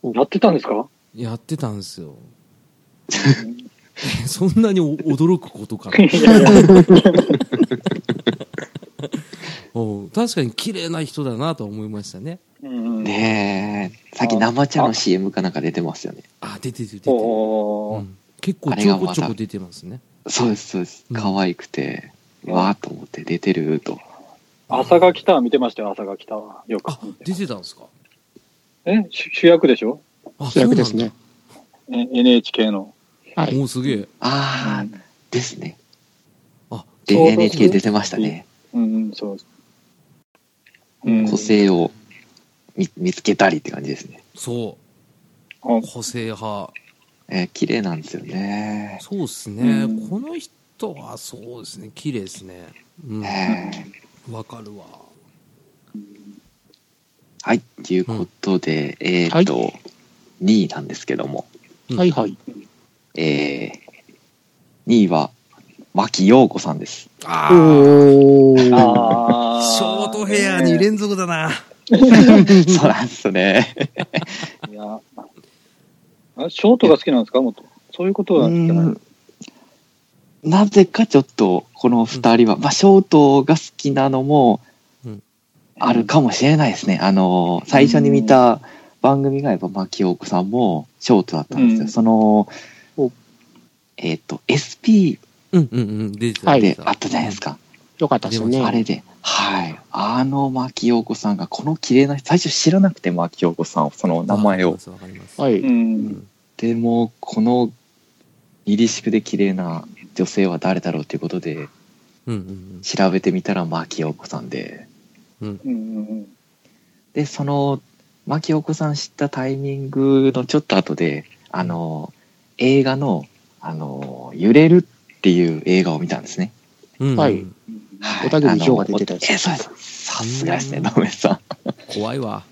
Speaker 3: やってたんですか
Speaker 1: やってたんですよそんなにお驚くことかな おう確かに綺麗な人だなとは思いましたね
Speaker 3: うん。
Speaker 4: ねえさっき生茶の CM かなんか出てますよね
Speaker 1: あ出てる出てる、う
Speaker 3: おー
Speaker 1: ん結構ちょこちょこ出てますね
Speaker 4: そうですそうです
Speaker 1: うん
Speaker 4: 可愛くて、わーっと思って出てると
Speaker 3: 朝が来た見てましたよ、朝が来たは。よく
Speaker 1: あ。出てたんですか
Speaker 3: え主主役でしょ
Speaker 1: あ
Speaker 2: 主役ですね。
Speaker 3: え ?NHK の。
Speaker 1: そうなんだおうすげえ
Speaker 4: ああ、
Speaker 3: うん
Speaker 4: ですね
Speaker 1: あ
Speaker 4: で
Speaker 3: そうそう
Speaker 4: NHK 出てましたね、
Speaker 3: うんうん、そう。うん
Speaker 4: 個性を見見つけたりって感じですね、
Speaker 1: そう
Speaker 3: あ
Speaker 1: 個性派
Speaker 4: えー、綺麗なんですよね
Speaker 1: そうですね、
Speaker 3: うん
Speaker 1: この人はそうですね綺麗ですねうん
Speaker 4: ねえ
Speaker 1: わかるわ
Speaker 4: はいということで、えっ、と、2位なんですけども
Speaker 1: うん
Speaker 2: はいはい。
Speaker 4: え2位は牧陽子さんです
Speaker 1: あー
Speaker 2: おー。
Speaker 3: あー
Speaker 1: ショートヘアに連続だな、
Speaker 4: そうなんですね。
Speaker 3: いやあショートが好きなんですかもっと。そういうことは聞かない。
Speaker 4: なぜかちょっと、この二人は、まあ、ショートが好きなのも
Speaker 1: うん、
Speaker 4: あるかもしれないですね。あの、最初に見た番組がやっぱ、牧陽子さんもショートだったんです
Speaker 3: う
Speaker 4: よ。
Speaker 3: ん
Speaker 4: その
Speaker 2: お、
Speaker 4: えっと、SP
Speaker 1: うんうんうん出てた、
Speaker 2: はい
Speaker 1: 出
Speaker 4: で
Speaker 1: て
Speaker 4: あったじゃないですか。
Speaker 2: よかったですね。
Speaker 4: あれで、はい。あの牧陽子さんが、この綺麗な人、最初知らなくて牧陽子さんを、その名前を
Speaker 1: わかりま。すわかります、
Speaker 2: はい。
Speaker 3: うん。
Speaker 4: でもこの凛々しくで綺麗な女性は誰だろうということで
Speaker 1: うんうん
Speaker 4: 調べてみたら牧陽子さんで
Speaker 3: うんうん
Speaker 4: でその牧陽子さん知ったタイミングのちょっと後であの映画の「あの揺れる」っていう映画を見たんですね。
Speaker 1: うんうん
Speaker 2: はい
Speaker 4: はい
Speaker 2: 小田切丈が出てたやつ
Speaker 4: あのえそうですさすがですね
Speaker 1: うん
Speaker 4: 野上さん
Speaker 1: 怖いわ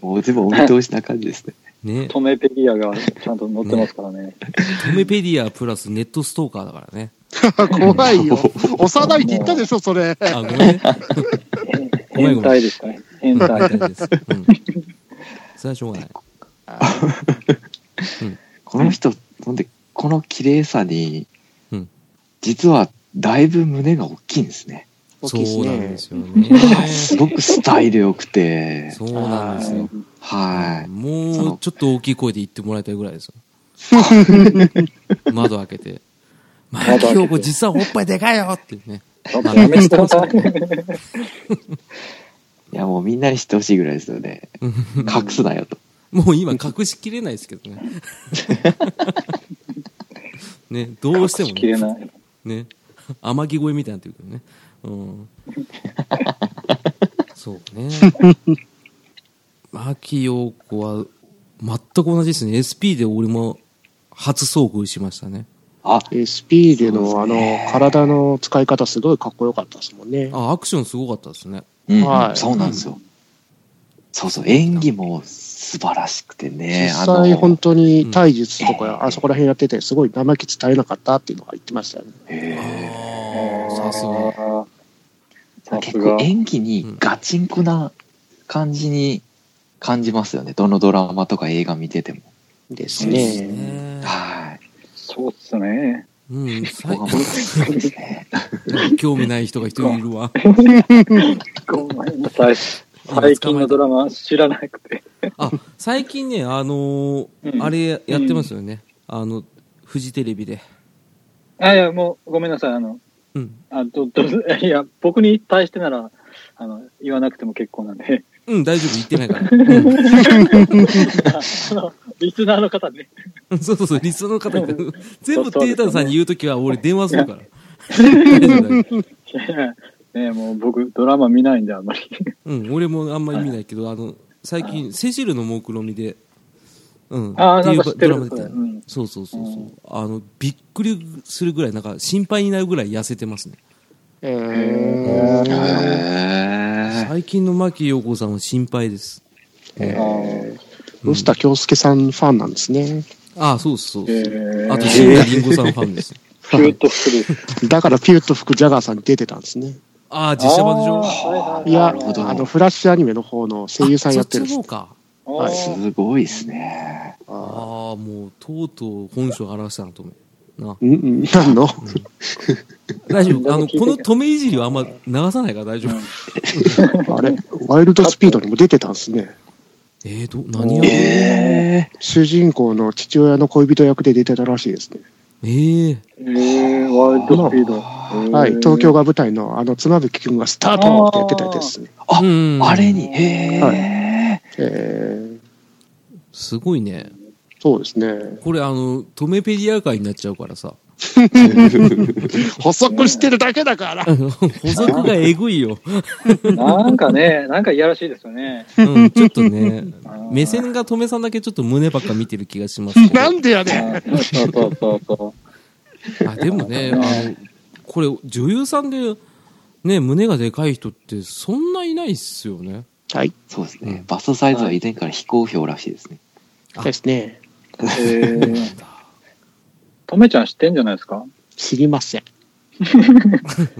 Speaker 4: もう全部お見通しな感じ ですね
Speaker 1: ね
Speaker 3: トメペディアがちゃんと載ってますからね。
Speaker 1: トメペディアプラスネットストーカーだからね
Speaker 2: 怖いよ。幼いって言ったでしょ、それ。
Speaker 1: あごめんねごめんごめん
Speaker 3: 変態ですかね。変
Speaker 1: 大
Speaker 3: 態。
Speaker 1: 丈夫です、うん、それはしょうがない
Speaker 4: この人ほんでこの綺麗さに、
Speaker 1: うん
Speaker 4: 実はだいぶ胸が大きいんですね
Speaker 2: 大きいです
Speaker 1: そうなん
Speaker 2: ね
Speaker 1: で。すよね
Speaker 4: すごくスタイル良く て、
Speaker 1: そうなんですよ
Speaker 4: はい。
Speaker 1: もうちょっと大きい声で言ってもらいたいぐらいですよ窓開けて「まあ
Speaker 3: 窓開けて
Speaker 1: 京子実はおっぱいでかいよ!」ってね
Speaker 3: ちょっとやめてください。
Speaker 4: いや、もうみんなに知ってほしいぐらいですよね。隠すなよと。
Speaker 1: もう今隠しきれないですけど ねねどうしても
Speaker 3: 隠しきれ
Speaker 1: ね
Speaker 3: ない。
Speaker 1: ね天城越えみたいになってるけどね うんそうね牧陽子は全く同じですね SP で俺も初遭遇しましたね
Speaker 4: あ、
Speaker 2: SP での
Speaker 4: そ
Speaker 2: あ
Speaker 4: うで
Speaker 2: の
Speaker 4: すね、
Speaker 2: 体の使い方すごいかっこよかったですもんね。
Speaker 1: あアクションすごかったですね
Speaker 4: うん、
Speaker 2: はい
Speaker 4: そうなんですよ。そうそう、演技も素晴らしくてね。
Speaker 2: 実際本当
Speaker 1: うん
Speaker 2: に体術とか、
Speaker 4: ええ
Speaker 2: あそこら辺やってて、すごい生き伝えなかったっていうのは言ってましたよね。
Speaker 4: え
Speaker 1: さすが
Speaker 3: あ
Speaker 4: ー
Speaker 3: ーさす
Speaker 4: 結
Speaker 3: が
Speaker 4: 構。演技にガチンコな感じに感じますよね。どのドラマとか映画見てても。
Speaker 2: です
Speaker 1: そうです
Speaker 2: ね。
Speaker 1: ね
Speaker 4: はい。
Speaker 3: そうっすね。
Speaker 1: うん、
Speaker 4: そこが難しいですね。
Speaker 1: 興味ない人が一人いるわ。
Speaker 3: ごめんなさい。最近のドラマ知らなくて。
Speaker 1: あ、最近ね、あのー
Speaker 3: うん
Speaker 1: あれやってますよね。あの、フジテレビで。
Speaker 3: あ、いや、もうごめんなさい。あの、
Speaker 1: うん。
Speaker 3: あどどいや、僕に対してなら、あの、言わなくても結構なんで、
Speaker 1: うん、大丈夫、言ってないから。
Speaker 3: あの、リスナーの方ね、
Speaker 1: うん、そうそうそう、理想の方に全部テータンさんに言うときは俺電話するから。
Speaker 3: ねもう僕、ドラマ見ないんで、あんまり。
Speaker 1: うん、俺もあんまり見ないけど、あの、最近、セシルの目論見で、うん、
Speaker 3: ああ、
Speaker 1: って
Speaker 3: ないん
Speaker 1: う
Speaker 3: か知って
Speaker 1: ドラマ
Speaker 3: る。
Speaker 1: 出て
Speaker 3: それ
Speaker 1: た
Speaker 3: う
Speaker 1: よ
Speaker 3: ん、
Speaker 1: そうそうそうそうう。あの、びっくりするぐらい、なんか心配になるぐらい痩せてますね。
Speaker 2: えー
Speaker 4: へ
Speaker 1: 最近の牧陽子さんは心配です。
Speaker 3: あー
Speaker 2: 臼田恭介さんファンなんですね。
Speaker 1: ああ、そうですそう
Speaker 3: え
Speaker 1: です。
Speaker 3: ー、
Speaker 1: あと、シンガリンゴさんファンです。
Speaker 3: キュート服です。
Speaker 2: だからピューと吹くジャガーさんに出てたんですね。
Speaker 1: ああ、実写版でしょ
Speaker 3: あーはいはい
Speaker 2: や、
Speaker 3: はい
Speaker 4: ほど
Speaker 2: あの、フラッシュアニメの方の声優さんやってる
Speaker 1: そっちの方か。
Speaker 3: あー
Speaker 4: すごいですね。
Speaker 2: あ
Speaker 1: ああ、もう、とうとう本性を表したなと思う。な。
Speaker 4: うんうん。
Speaker 2: あの、
Speaker 1: 大丈夫。あの、この止めいじりはあんま流さないから大丈夫。
Speaker 2: あれ、ワイルドスピードにも出てたんですね。
Speaker 1: えー、ど、何やろ
Speaker 4: え
Speaker 1: え
Speaker 4: え
Speaker 2: 主人公の父親の恋人役で出てたらしいですね。
Speaker 1: ー、
Speaker 3: えー、ワイルドスピード。
Speaker 2: はい、東京
Speaker 3: が。
Speaker 2: が舞台のあの妻夫木君がスタートってやってたやつですね。
Speaker 4: あ
Speaker 1: うん
Speaker 4: あれに、へえ、
Speaker 2: はえー、
Speaker 1: すごいね。
Speaker 2: そうですね。
Speaker 1: これ、あの、止めペディア会になっちゃうからさ。
Speaker 2: 補足してるだけだから。
Speaker 1: 補足がえぐいよ。
Speaker 3: なんかね、なんかいやらしいですよね。
Speaker 1: うん、ちょっとね、
Speaker 3: あー
Speaker 1: 目線が止めさんだけちょっと胸ばっか見てる気がしますけど。
Speaker 2: なんでやねん。
Speaker 3: あーそうそうそうそ
Speaker 1: あでもね、あの、これ、女優さんで、ね、胸がでかい人ってそんないないっすよね。
Speaker 2: はい、
Speaker 4: そうですね。バストサイズは以前から非公表らしいですね。
Speaker 2: ですね。
Speaker 3: う。えー、とめちゃん知ってんじゃないですか
Speaker 2: 知りません。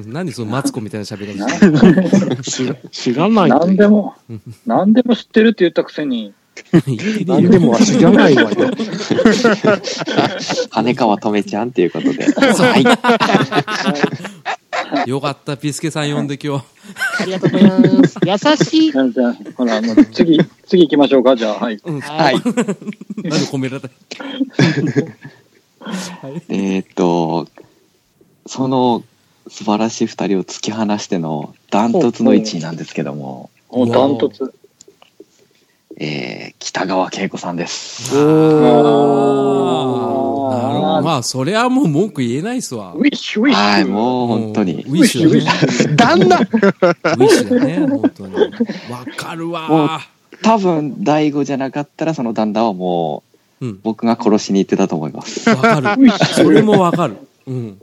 Speaker 1: 何そのマツコみたいな喋り
Speaker 3: な
Speaker 1: 方。
Speaker 2: 知ら知らない
Speaker 3: なんで
Speaker 2: も。
Speaker 3: も、なんでも知ってるって言ったくせに、
Speaker 1: 言ってねえ
Speaker 2: 何
Speaker 1: よ
Speaker 2: でもは知らないわよ。
Speaker 4: 羽川とめちゃんっていうことで。はい。
Speaker 1: よかった、ピスケさん呼んで今日。
Speaker 2: ありがとうございます。優しい。
Speaker 3: じゃあじゃあほら、もう次、次行きましょうか、じゃあ、はい。
Speaker 2: はい。
Speaker 1: なんで褒められた
Speaker 4: えーっと、その素晴らしい二人を突き放してのダントツの1位なんですけども、
Speaker 3: もうダントツ。
Speaker 4: えー、北川景子さんです。
Speaker 3: お
Speaker 1: なるほど。まあ、それはもう文句言えないっすわ
Speaker 3: ウ。ィッシュ、ウィッシュ。
Speaker 4: はい、もう本当
Speaker 1: も
Speaker 4: に。
Speaker 1: うウィッシュだね。
Speaker 2: 旦那
Speaker 1: ウィッシュだね、本当に。わかる
Speaker 4: もう
Speaker 1: わ
Speaker 4: 多分、第五じゃなかったらその旦那はもう、
Speaker 1: ー。うん。
Speaker 4: 僕が殺しに行ってたと思います。
Speaker 1: わかる。それもわかる。うん。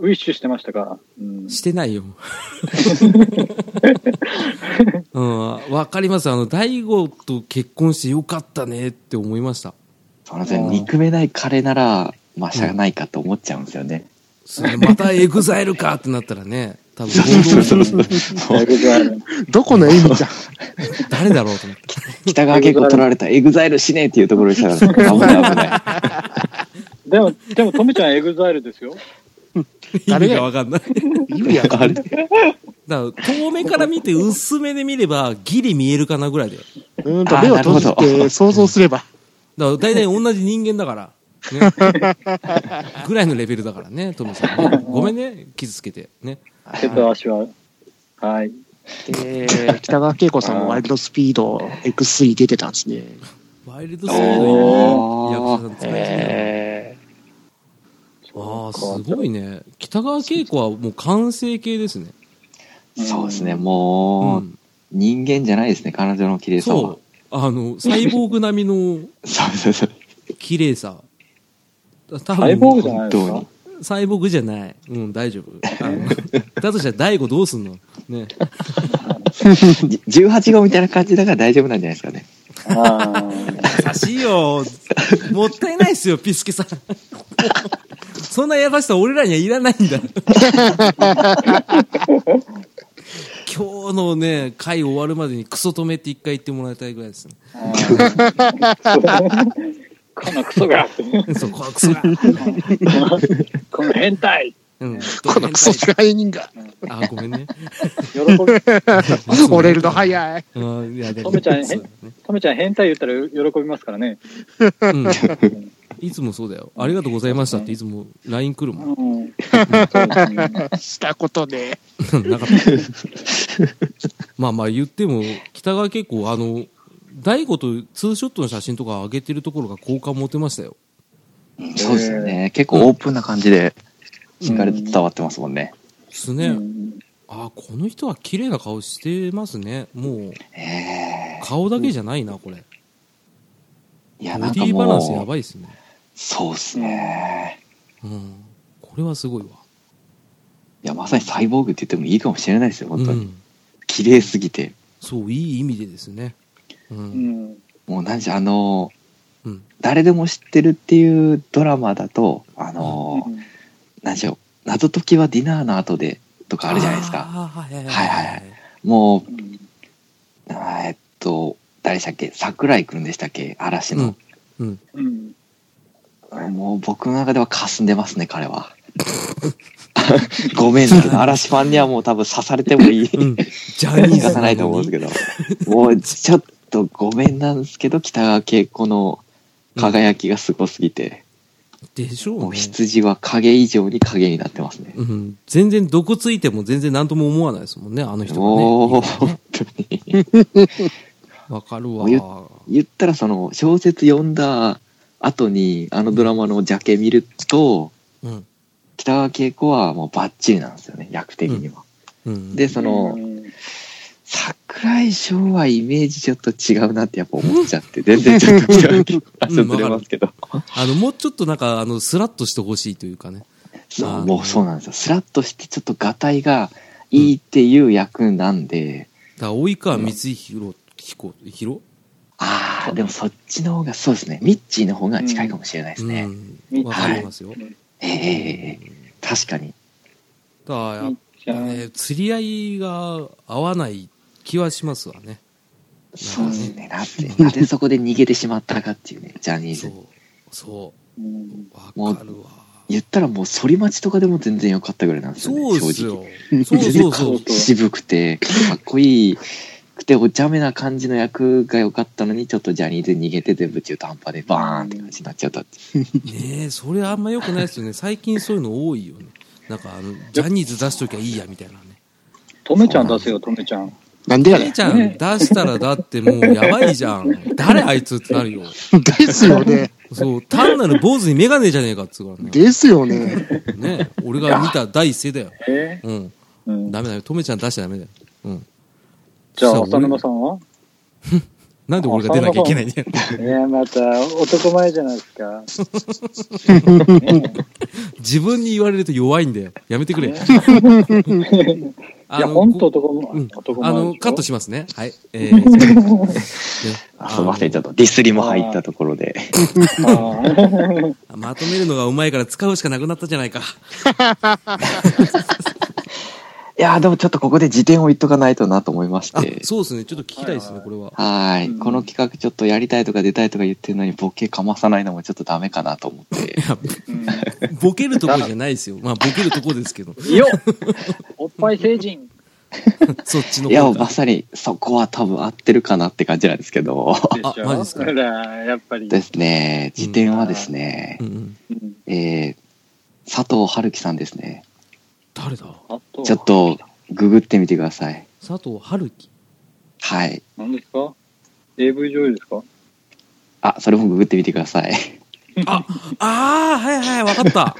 Speaker 3: ウィッシュしてましたから。うん
Speaker 1: してないよ。うん、わかります。あの、大悟と結婚してよかったねって思いました。
Speaker 4: そうなんですよ。憎めない彼なら、まあ、しゃあないかと思っちゃうんですよね。
Speaker 1: それまたエグザイルかってなったらね、多分、
Speaker 3: だいぶ具合ある
Speaker 2: どこのエミちゃん。
Speaker 1: 誰だろうと思って。
Speaker 4: 北川景子取られた、エグザイルしねえっていうところでしたら、危ない危ない。
Speaker 3: でも、でも、とめちゃんエグザイルですよ。
Speaker 1: 意
Speaker 2: 誰
Speaker 1: 味が
Speaker 2: だよ
Speaker 1: わかんない。
Speaker 2: 意味やか
Speaker 4: あれ
Speaker 1: だから、遠目から見て、薄めで見れば、ギリ見えるかなぐらいだよ。
Speaker 2: うーんと目を閉じ
Speaker 4: あーなるほ
Speaker 2: て
Speaker 4: ど
Speaker 2: 想像すれば。
Speaker 1: だから、大体同じ人間だから。ね、 ぐらいのレベルだからね、トムさん、ね。ごめんね、傷つけて。ね。
Speaker 3: 手と足は。はい。
Speaker 2: えー北川景子さんもワイルドスピード X3 出てたんですね。
Speaker 1: ワイルドスピード
Speaker 4: お
Speaker 1: にね、役者さん使いてね。
Speaker 2: え
Speaker 1: ああ、すごいね。北川景子はもう完成形ですね。
Speaker 4: そうですね、
Speaker 1: う
Speaker 4: もう、
Speaker 1: ん。
Speaker 4: 人間じゃないですね、彼女の綺麗さは
Speaker 1: そ。う。あの、サイボーグ並み
Speaker 4: そうそうそう。
Speaker 1: の綺麗さ。多
Speaker 3: サイボーグじゃ
Speaker 1: い
Speaker 3: ないですか
Speaker 4: 本。
Speaker 1: サイボーグじゃない。うん、大丈夫。あのだとしたら大悟どうすんのね。
Speaker 4: じ18号みたいな感じだから大丈夫なんじゃないですか ね。
Speaker 3: あ
Speaker 1: 優しいよ。もったいないっすよ、ピスケさん。そんな優しさ俺らにはいらないんだ。今日のね、回終わるまでにクソ止めって一回言ってもらいたいぐらいですね。
Speaker 3: ーあー。このクソが。
Speaker 1: そう、このクソが。
Speaker 3: この変態。
Speaker 1: うん。
Speaker 2: ー、このクソ支配人が
Speaker 1: あ、ごめ んね。
Speaker 3: 喜び。
Speaker 2: 折れるの早い。
Speaker 1: うん。いや、で
Speaker 3: とめちゃん
Speaker 1: そうだね
Speaker 3: とめちゃん変態言ったら喜びますからね。
Speaker 1: うん。いつもそうだよ。ありがとうございましたっていつも LINE 来るもん。
Speaker 3: うん。そうですね
Speaker 2: したことね。
Speaker 1: なかった。まあまあ言っても、北川結構、あの、大悟とツーショットの写真とか上げてるところが好感持てましたよ。
Speaker 4: そうですよね。結構オープンな感じで、しっかりと伝わってますもんね。
Speaker 1: です
Speaker 3: う
Speaker 1: ね。
Speaker 3: ん
Speaker 1: あ、この人は綺麗な顔してますね。もう、
Speaker 4: え
Speaker 1: 顔だけじゃないな、これ。
Speaker 4: えいや、
Speaker 1: ボ
Speaker 4: なん
Speaker 1: デ
Speaker 4: か
Speaker 1: ィバランスや
Speaker 4: もう、
Speaker 1: ばいですね。
Speaker 4: そうですね。
Speaker 1: うん。これはすごいわ。
Speaker 4: いや、まさにサイボーグって言ってもいいかもしれないですよ、
Speaker 1: う
Speaker 4: 本当に。
Speaker 1: ん。
Speaker 4: 綺麗すぎて。
Speaker 1: そう、いい意味でですね。う。
Speaker 3: うんん。
Speaker 4: もう何しろあの、
Speaker 1: うん
Speaker 4: 誰でも知ってるっていうドラマだと、あの、
Speaker 3: うん
Speaker 4: 何しろ、謎解きはディナーの後でとかあるじゃないですか。
Speaker 1: あーはいはい
Speaker 4: はいはいもう
Speaker 3: うん
Speaker 4: あーえっと、誰でしたっけ桜井くんでしたっけ嵐の、
Speaker 3: うん。
Speaker 4: もう僕の中では霞んでますね彼は ごめんだけど嵐ファンにはもう多分刺されてもいい
Speaker 1: うん。ジャニー
Speaker 4: 刺
Speaker 1: ズ
Speaker 4: さないと思うんですけどもうちょっとごめんなんですけど北川景子の輝きがすごすぎて、
Speaker 1: けど。でしょ
Speaker 4: も
Speaker 1: う
Speaker 4: う
Speaker 1: ね。
Speaker 4: 羊は影以上に影になってますね、
Speaker 1: うん。全然、毒ついても全然何とも思わないですもんね、あの人
Speaker 4: もう
Speaker 1: がね。
Speaker 4: 本当に
Speaker 1: わかる
Speaker 4: もう言
Speaker 1: わ。
Speaker 4: 言ったらその小説読んだ後にあのドラマのジャケ見ると
Speaker 1: うん。
Speaker 4: 北川景子はもうバッチリなんですよね役的には、
Speaker 1: うん。
Speaker 4: でその、
Speaker 3: うん
Speaker 4: 桜井翔はイメージちょっと違うなってやっぱ思っち ゃって全然ちょっと違う気が
Speaker 1: うん
Speaker 4: ずれますけど、
Speaker 1: あの、もうちょっとなんか、あの、スラッとしてほしいというかね。
Speaker 4: そうもうそうなんですよスラッとしてちょっとがたいがいいっていう役なんで、
Speaker 1: だから及川光弘、彦、弘
Speaker 4: ああでもそっちの方がそうですねミッチーの方が近いかもしれないですね、
Speaker 1: うん。わかりますよ。
Speaker 4: ええええええ確かに
Speaker 1: だからやっ
Speaker 3: じゃあ、
Speaker 1: ね、釣り合いが合わない気はしますわね。
Speaker 4: そうですねなぜなぜそこで逃げてしまったかっていうねジャニー
Speaker 1: そ
Speaker 4: ズ
Speaker 1: う。そ
Speaker 3: うん
Speaker 1: う。わかるわ。
Speaker 4: 言ったらもう反町とかでも全然良かったぐらいなんですよね
Speaker 1: そうです
Speaker 4: 正直
Speaker 1: よ。そう そうそう。
Speaker 4: 渋くてかっこいいくてお茶目な感じの役が良かったのにちょっとジャニーズ逃げて全部中途半端でバーンって感じになっちゃったって
Speaker 1: ねえ、それあんま良くないですよね。最近そういうの多いよね。なんか、あの、ジャニーズ出しときゃいいや、みたいなね。
Speaker 3: とめちゃん出せよ、とめちゃん。
Speaker 6: なんでやね
Speaker 1: 姉
Speaker 6: ん
Speaker 1: ち。ゃん出したらだってもうやばいじゃん。誰あいつってなるよ。
Speaker 6: ですよね。
Speaker 1: そう、単なる坊主にメガネじゃねえかっつうからね。
Speaker 6: ですよ ね。
Speaker 1: ねえ俺が見た第一声だよ。
Speaker 3: え
Speaker 1: うん。
Speaker 3: うん
Speaker 1: ダメだよ。とめちゃん出しちゃダメだよ。うん。
Speaker 3: じゃ
Speaker 1: さ
Speaker 3: あ、
Speaker 1: あ
Speaker 3: 浅沼さん は
Speaker 1: なんで俺が出なきゃいけないんだよ。
Speaker 3: いや、また、男前じゃないですか。
Speaker 1: 自分に言われると弱いんだよ。やめてくれ。
Speaker 3: ね い
Speaker 1: あ
Speaker 3: や、
Speaker 1: の
Speaker 3: ほんと男前。
Speaker 1: うん
Speaker 3: 男前
Speaker 1: あ
Speaker 3: でしょ
Speaker 1: の、カットしますね。はい。えー ね
Speaker 4: あすいませんちょっとディスりも入ったところで
Speaker 3: あー
Speaker 1: あまとめるのがうまいから使うしかなくなったじゃないか。
Speaker 4: いやーでもちょっとここで辞典を言っとかないとなと思いまし
Speaker 1: あ、
Speaker 4: て
Speaker 1: そうですね。ちょっと聞きたいですね、
Speaker 3: はいはい
Speaker 1: これは。
Speaker 4: はーい、
Speaker 3: うん
Speaker 4: この企画ちょっとやりたいとか出たいとか言ってるのにボケかまさないのもちょっとダメかなと思 って
Speaker 3: うん
Speaker 1: ボケるとこじゃないですよ。まあ、ボケるとこです けど。
Speaker 3: よ おっぱい成人。
Speaker 1: そっちの
Speaker 4: いや
Speaker 1: 方が
Speaker 4: ま。さにそこは多分合ってるかなって感じなんですけ ど
Speaker 3: でしょ
Speaker 1: マジですか
Speaker 3: ほら、やっぱり。
Speaker 4: ですね辞典はですね
Speaker 1: う、んうん。
Speaker 3: うん
Speaker 4: えー、佐藤春樹さんですね
Speaker 1: 誰だ
Speaker 3: あと、
Speaker 4: ちょっとググってみてください
Speaker 1: 佐藤春樹。
Speaker 4: はい。
Speaker 3: 何ですか ?AV 女優ですか
Speaker 4: あ、それもググってみてください。
Speaker 1: あ、ああ、はいはい、わか った。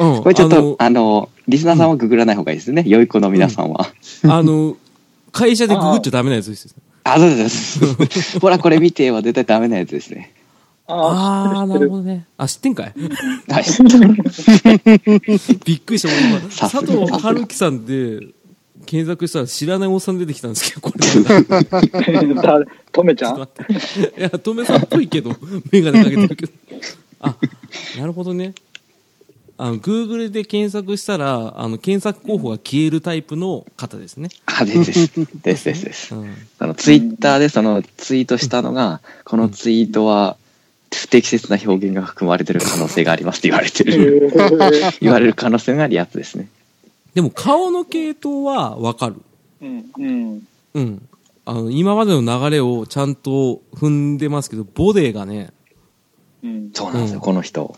Speaker 1: うん。
Speaker 4: これちょっ
Speaker 1: あ
Speaker 4: と
Speaker 1: の、
Speaker 4: あの、リスナーさんはググらない方がいいですね。良い子の皆さんは。
Speaker 1: あの、会社でググっちゃダメなやつですよ。
Speaker 4: あ、そうですそう です。ほら、これ見ては絶対ダメなやつですね。
Speaker 1: ああー、
Speaker 3: 知っ
Speaker 1: な
Speaker 3: て
Speaker 1: る
Speaker 3: る
Speaker 1: ほどね。あ、知ってんかい
Speaker 4: はい。
Speaker 1: びっくりした、俺今。
Speaker 4: さす
Speaker 1: 佐
Speaker 4: が
Speaker 1: 藤春樹さんで検索したら知らないおっさん出てきたんですけど、 これ。
Speaker 3: 知ってる 誰とめちゃん
Speaker 1: 待って。いや、とめさんっぽいけど、メガネかけてるけど。あ、なるほどね。あの、Google で検索したら、あの、検索候補が消えるタイプの方ですね。
Speaker 4: あ、ですです。ですですです
Speaker 1: う。ん。
Speaker 4: あの、ツイッターでそのツイートしたのが、このツイートは、不適切な表現が含まれてる可能性がありますって言われて る。言われる可能性があるやつですね。
Speaker 1: でも、顔の系統はわかる。
Speaker 3: うん、うん。
Speaker 1: うん。あの、今までの流れをちゃんと踏んでますけど、ボデーがね、
Speaker 3: うん。
Speaker 4: そうなんです
Speaker 1: うん
Speaker 4: よ、この人。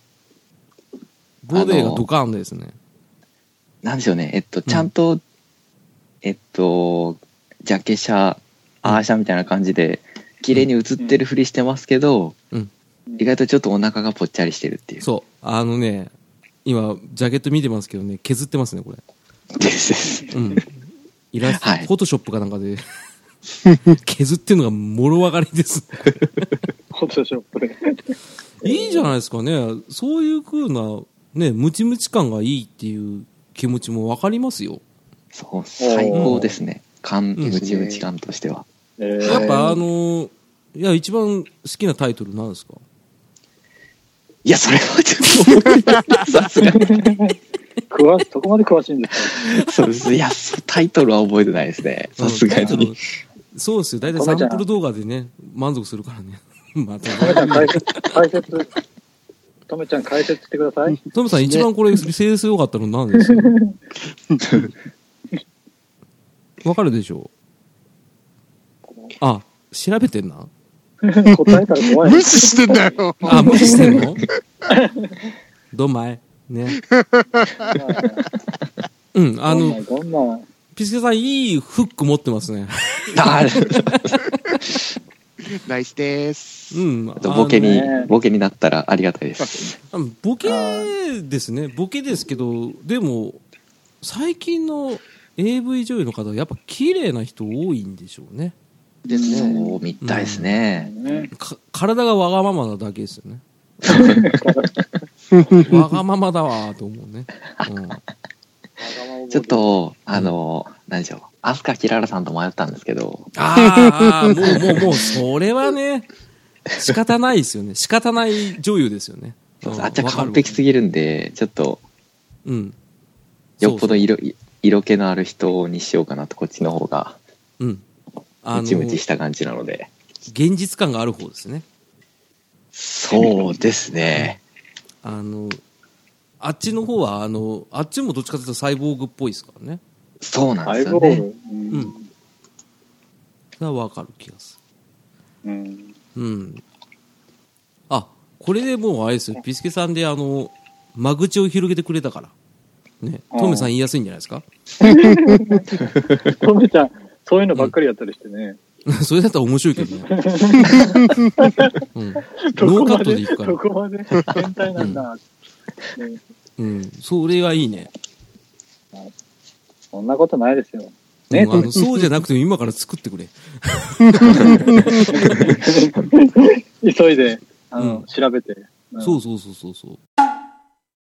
Speaker 1: ボデーがドカーンですね。
Speaker 4: なんでしょうね、えっと、ちゃんと、えっと、ジャケシャ、アーシャみたいな感じで、綺麗に映ってるふりしてますけど、
Speaker 1: うん
Speaker 4: 意外とちょっとお腹がぽっちゃりしてるっていう。
Speaker 1: そう。あのね、今、ジャケット見てますけどね、削ってますね、これ。
Speaker 4: ですです。
Speaker 1: うん。イラスト、
Speaker 4: はい
Speaker 1: フォトショップかなんかで、削ってるのがもろわかりです。
Speaker 3: フォトショップで。
Speaker 1: いいじゃないですかね。そういう風な、ね、ムチムチ感がいいっていう気持ちもわかりますよ。
Speaker 4: そう、最高ですね。
Speaker 1: う
Speaker 4: 感、
Speaker 1: ん
Speaker 4: ムチムチ感としては。
Speaker 3: えー
Speaker 1: やっぱあのいや、一番好きなタイトルなんですか
Speaker 4: いや、それはちょっと思い出 した、さすがに。
Speaker 3: 詳しそこまで詳しいんですか
Speaker 4: そうです。いや、そうタイトルは覚えてないですね。さすが
Speaker 1: あの
Speaker 4: に。
Speaker 1: そうですよ。大体
Speaker 3: ごめ
Speaker 1: サ
Speaker 3: んちゃ
Speaker 1: ン
Speaker 3: ん
Speaker 1: プル動画でね、満足するからね。 また。
Speaker 3: とめちゃん解説、解説、とめちゃん解説してくださ い。
Speaker 1: トムさん、一番これ、セールス良かったの何です かわかるでしょうあ、調べてんな。
Speaker 3: 答えたら怖い。
Speaker 6: 無視してんだよ。
Speaker 1: あ、無視してんのどんまい。ね。うん、あ
Speaker 3: あ
Speaker 1: の、
Speaker 3: の、どんな、
Speaker 1: ピスケさん、いいフック持ってますね。
Speaker 4: あ
Speaker 6: ナイスです。
Speaker 1: うん。
Speaker 4: とボケに
Speaker 3: あのね、
Speaker 4: ボケになったらありがたいです。
Speaker 1: あのボケですね。ボケですけど、でも、最近の AV 女優の方はやっぱ綺麗な人多いんでしょうね。
Speaker 6: ですね
Speaker 4: そうみたいですね。
Speaker 3: ね、
Speaker 1: か体がわがままなだけですよ ね。わがままだわーと思うね。うん、
Speaker 4: ちょっと、あの、何でしょう。アスカキララさんと迷ったんですけど、
Speaker 1: ああ、もう もうもう、それはね、仕方ないですよね。仕方ない女優ですよね。
Speaker 4: そうあっちゃ完璧すぎるんで、ちょっと、
Speaker 1: ぎうん。
Speaker 4: よっぽど
Speaker 1: い
Speaker 4: 色い色気のある人にしようかなと、こっちの方が、
Speaker 1: う。うん。あ
Speaker 4: ム
Speaker 1: の、
Speaker 4: チムチ
Speaker 1: 現
Speaker 4: した感じなので。
Speaker 1: 実感がある方ですね。
Speaker 4: そうですね。
Speaker 1: あの、あっちの方は、あの、あっちもどっちかというとサイボーグっぽいですからね。
Speaker 4: そうなん
Speaker 3: ハ
Speaker 4: で
Speaker 3: イ
Speaker 4: すよ
Speaker 3: ボ
Speaker 4: ね
Speaker 3: ー。ル。うん。
Speaker 1: それはわかる気がす
Speaker 3: うん。
Speaker 1: る。うん。あ、これでもうあれですよ。ピスケさんで、あの、間口を広げてくれたから。ね。トメさん言いやすいんじゃないですか
Speaker 3: とめちゃん、そういうのばっかりやったりしてね。
Speaker 1: それだったら面白いけどね。うん、ノー
Speaker 3: どこ
Speaker 1: カ
Speaker 3: ま
Speaker 1: ットで
Speaker 3: で、
Speaker 1: いくか
Speaker 3: ど
Speaker 1: ら。
Speaker 3: こまで変態なんだ。ね
Speaker 1: うん。それはいいね。
Speaker 3: そんなことないですよ。
Speaker 1: うん
Speaker 3: ね
Speaker 1: あのそうじゃなくても今から作ってくれ。
Speaker 3: 急いで、あ
Speaker 1: うん
Speaker 3: の、調べて。
Speaker 1: そううそうそうそうそう。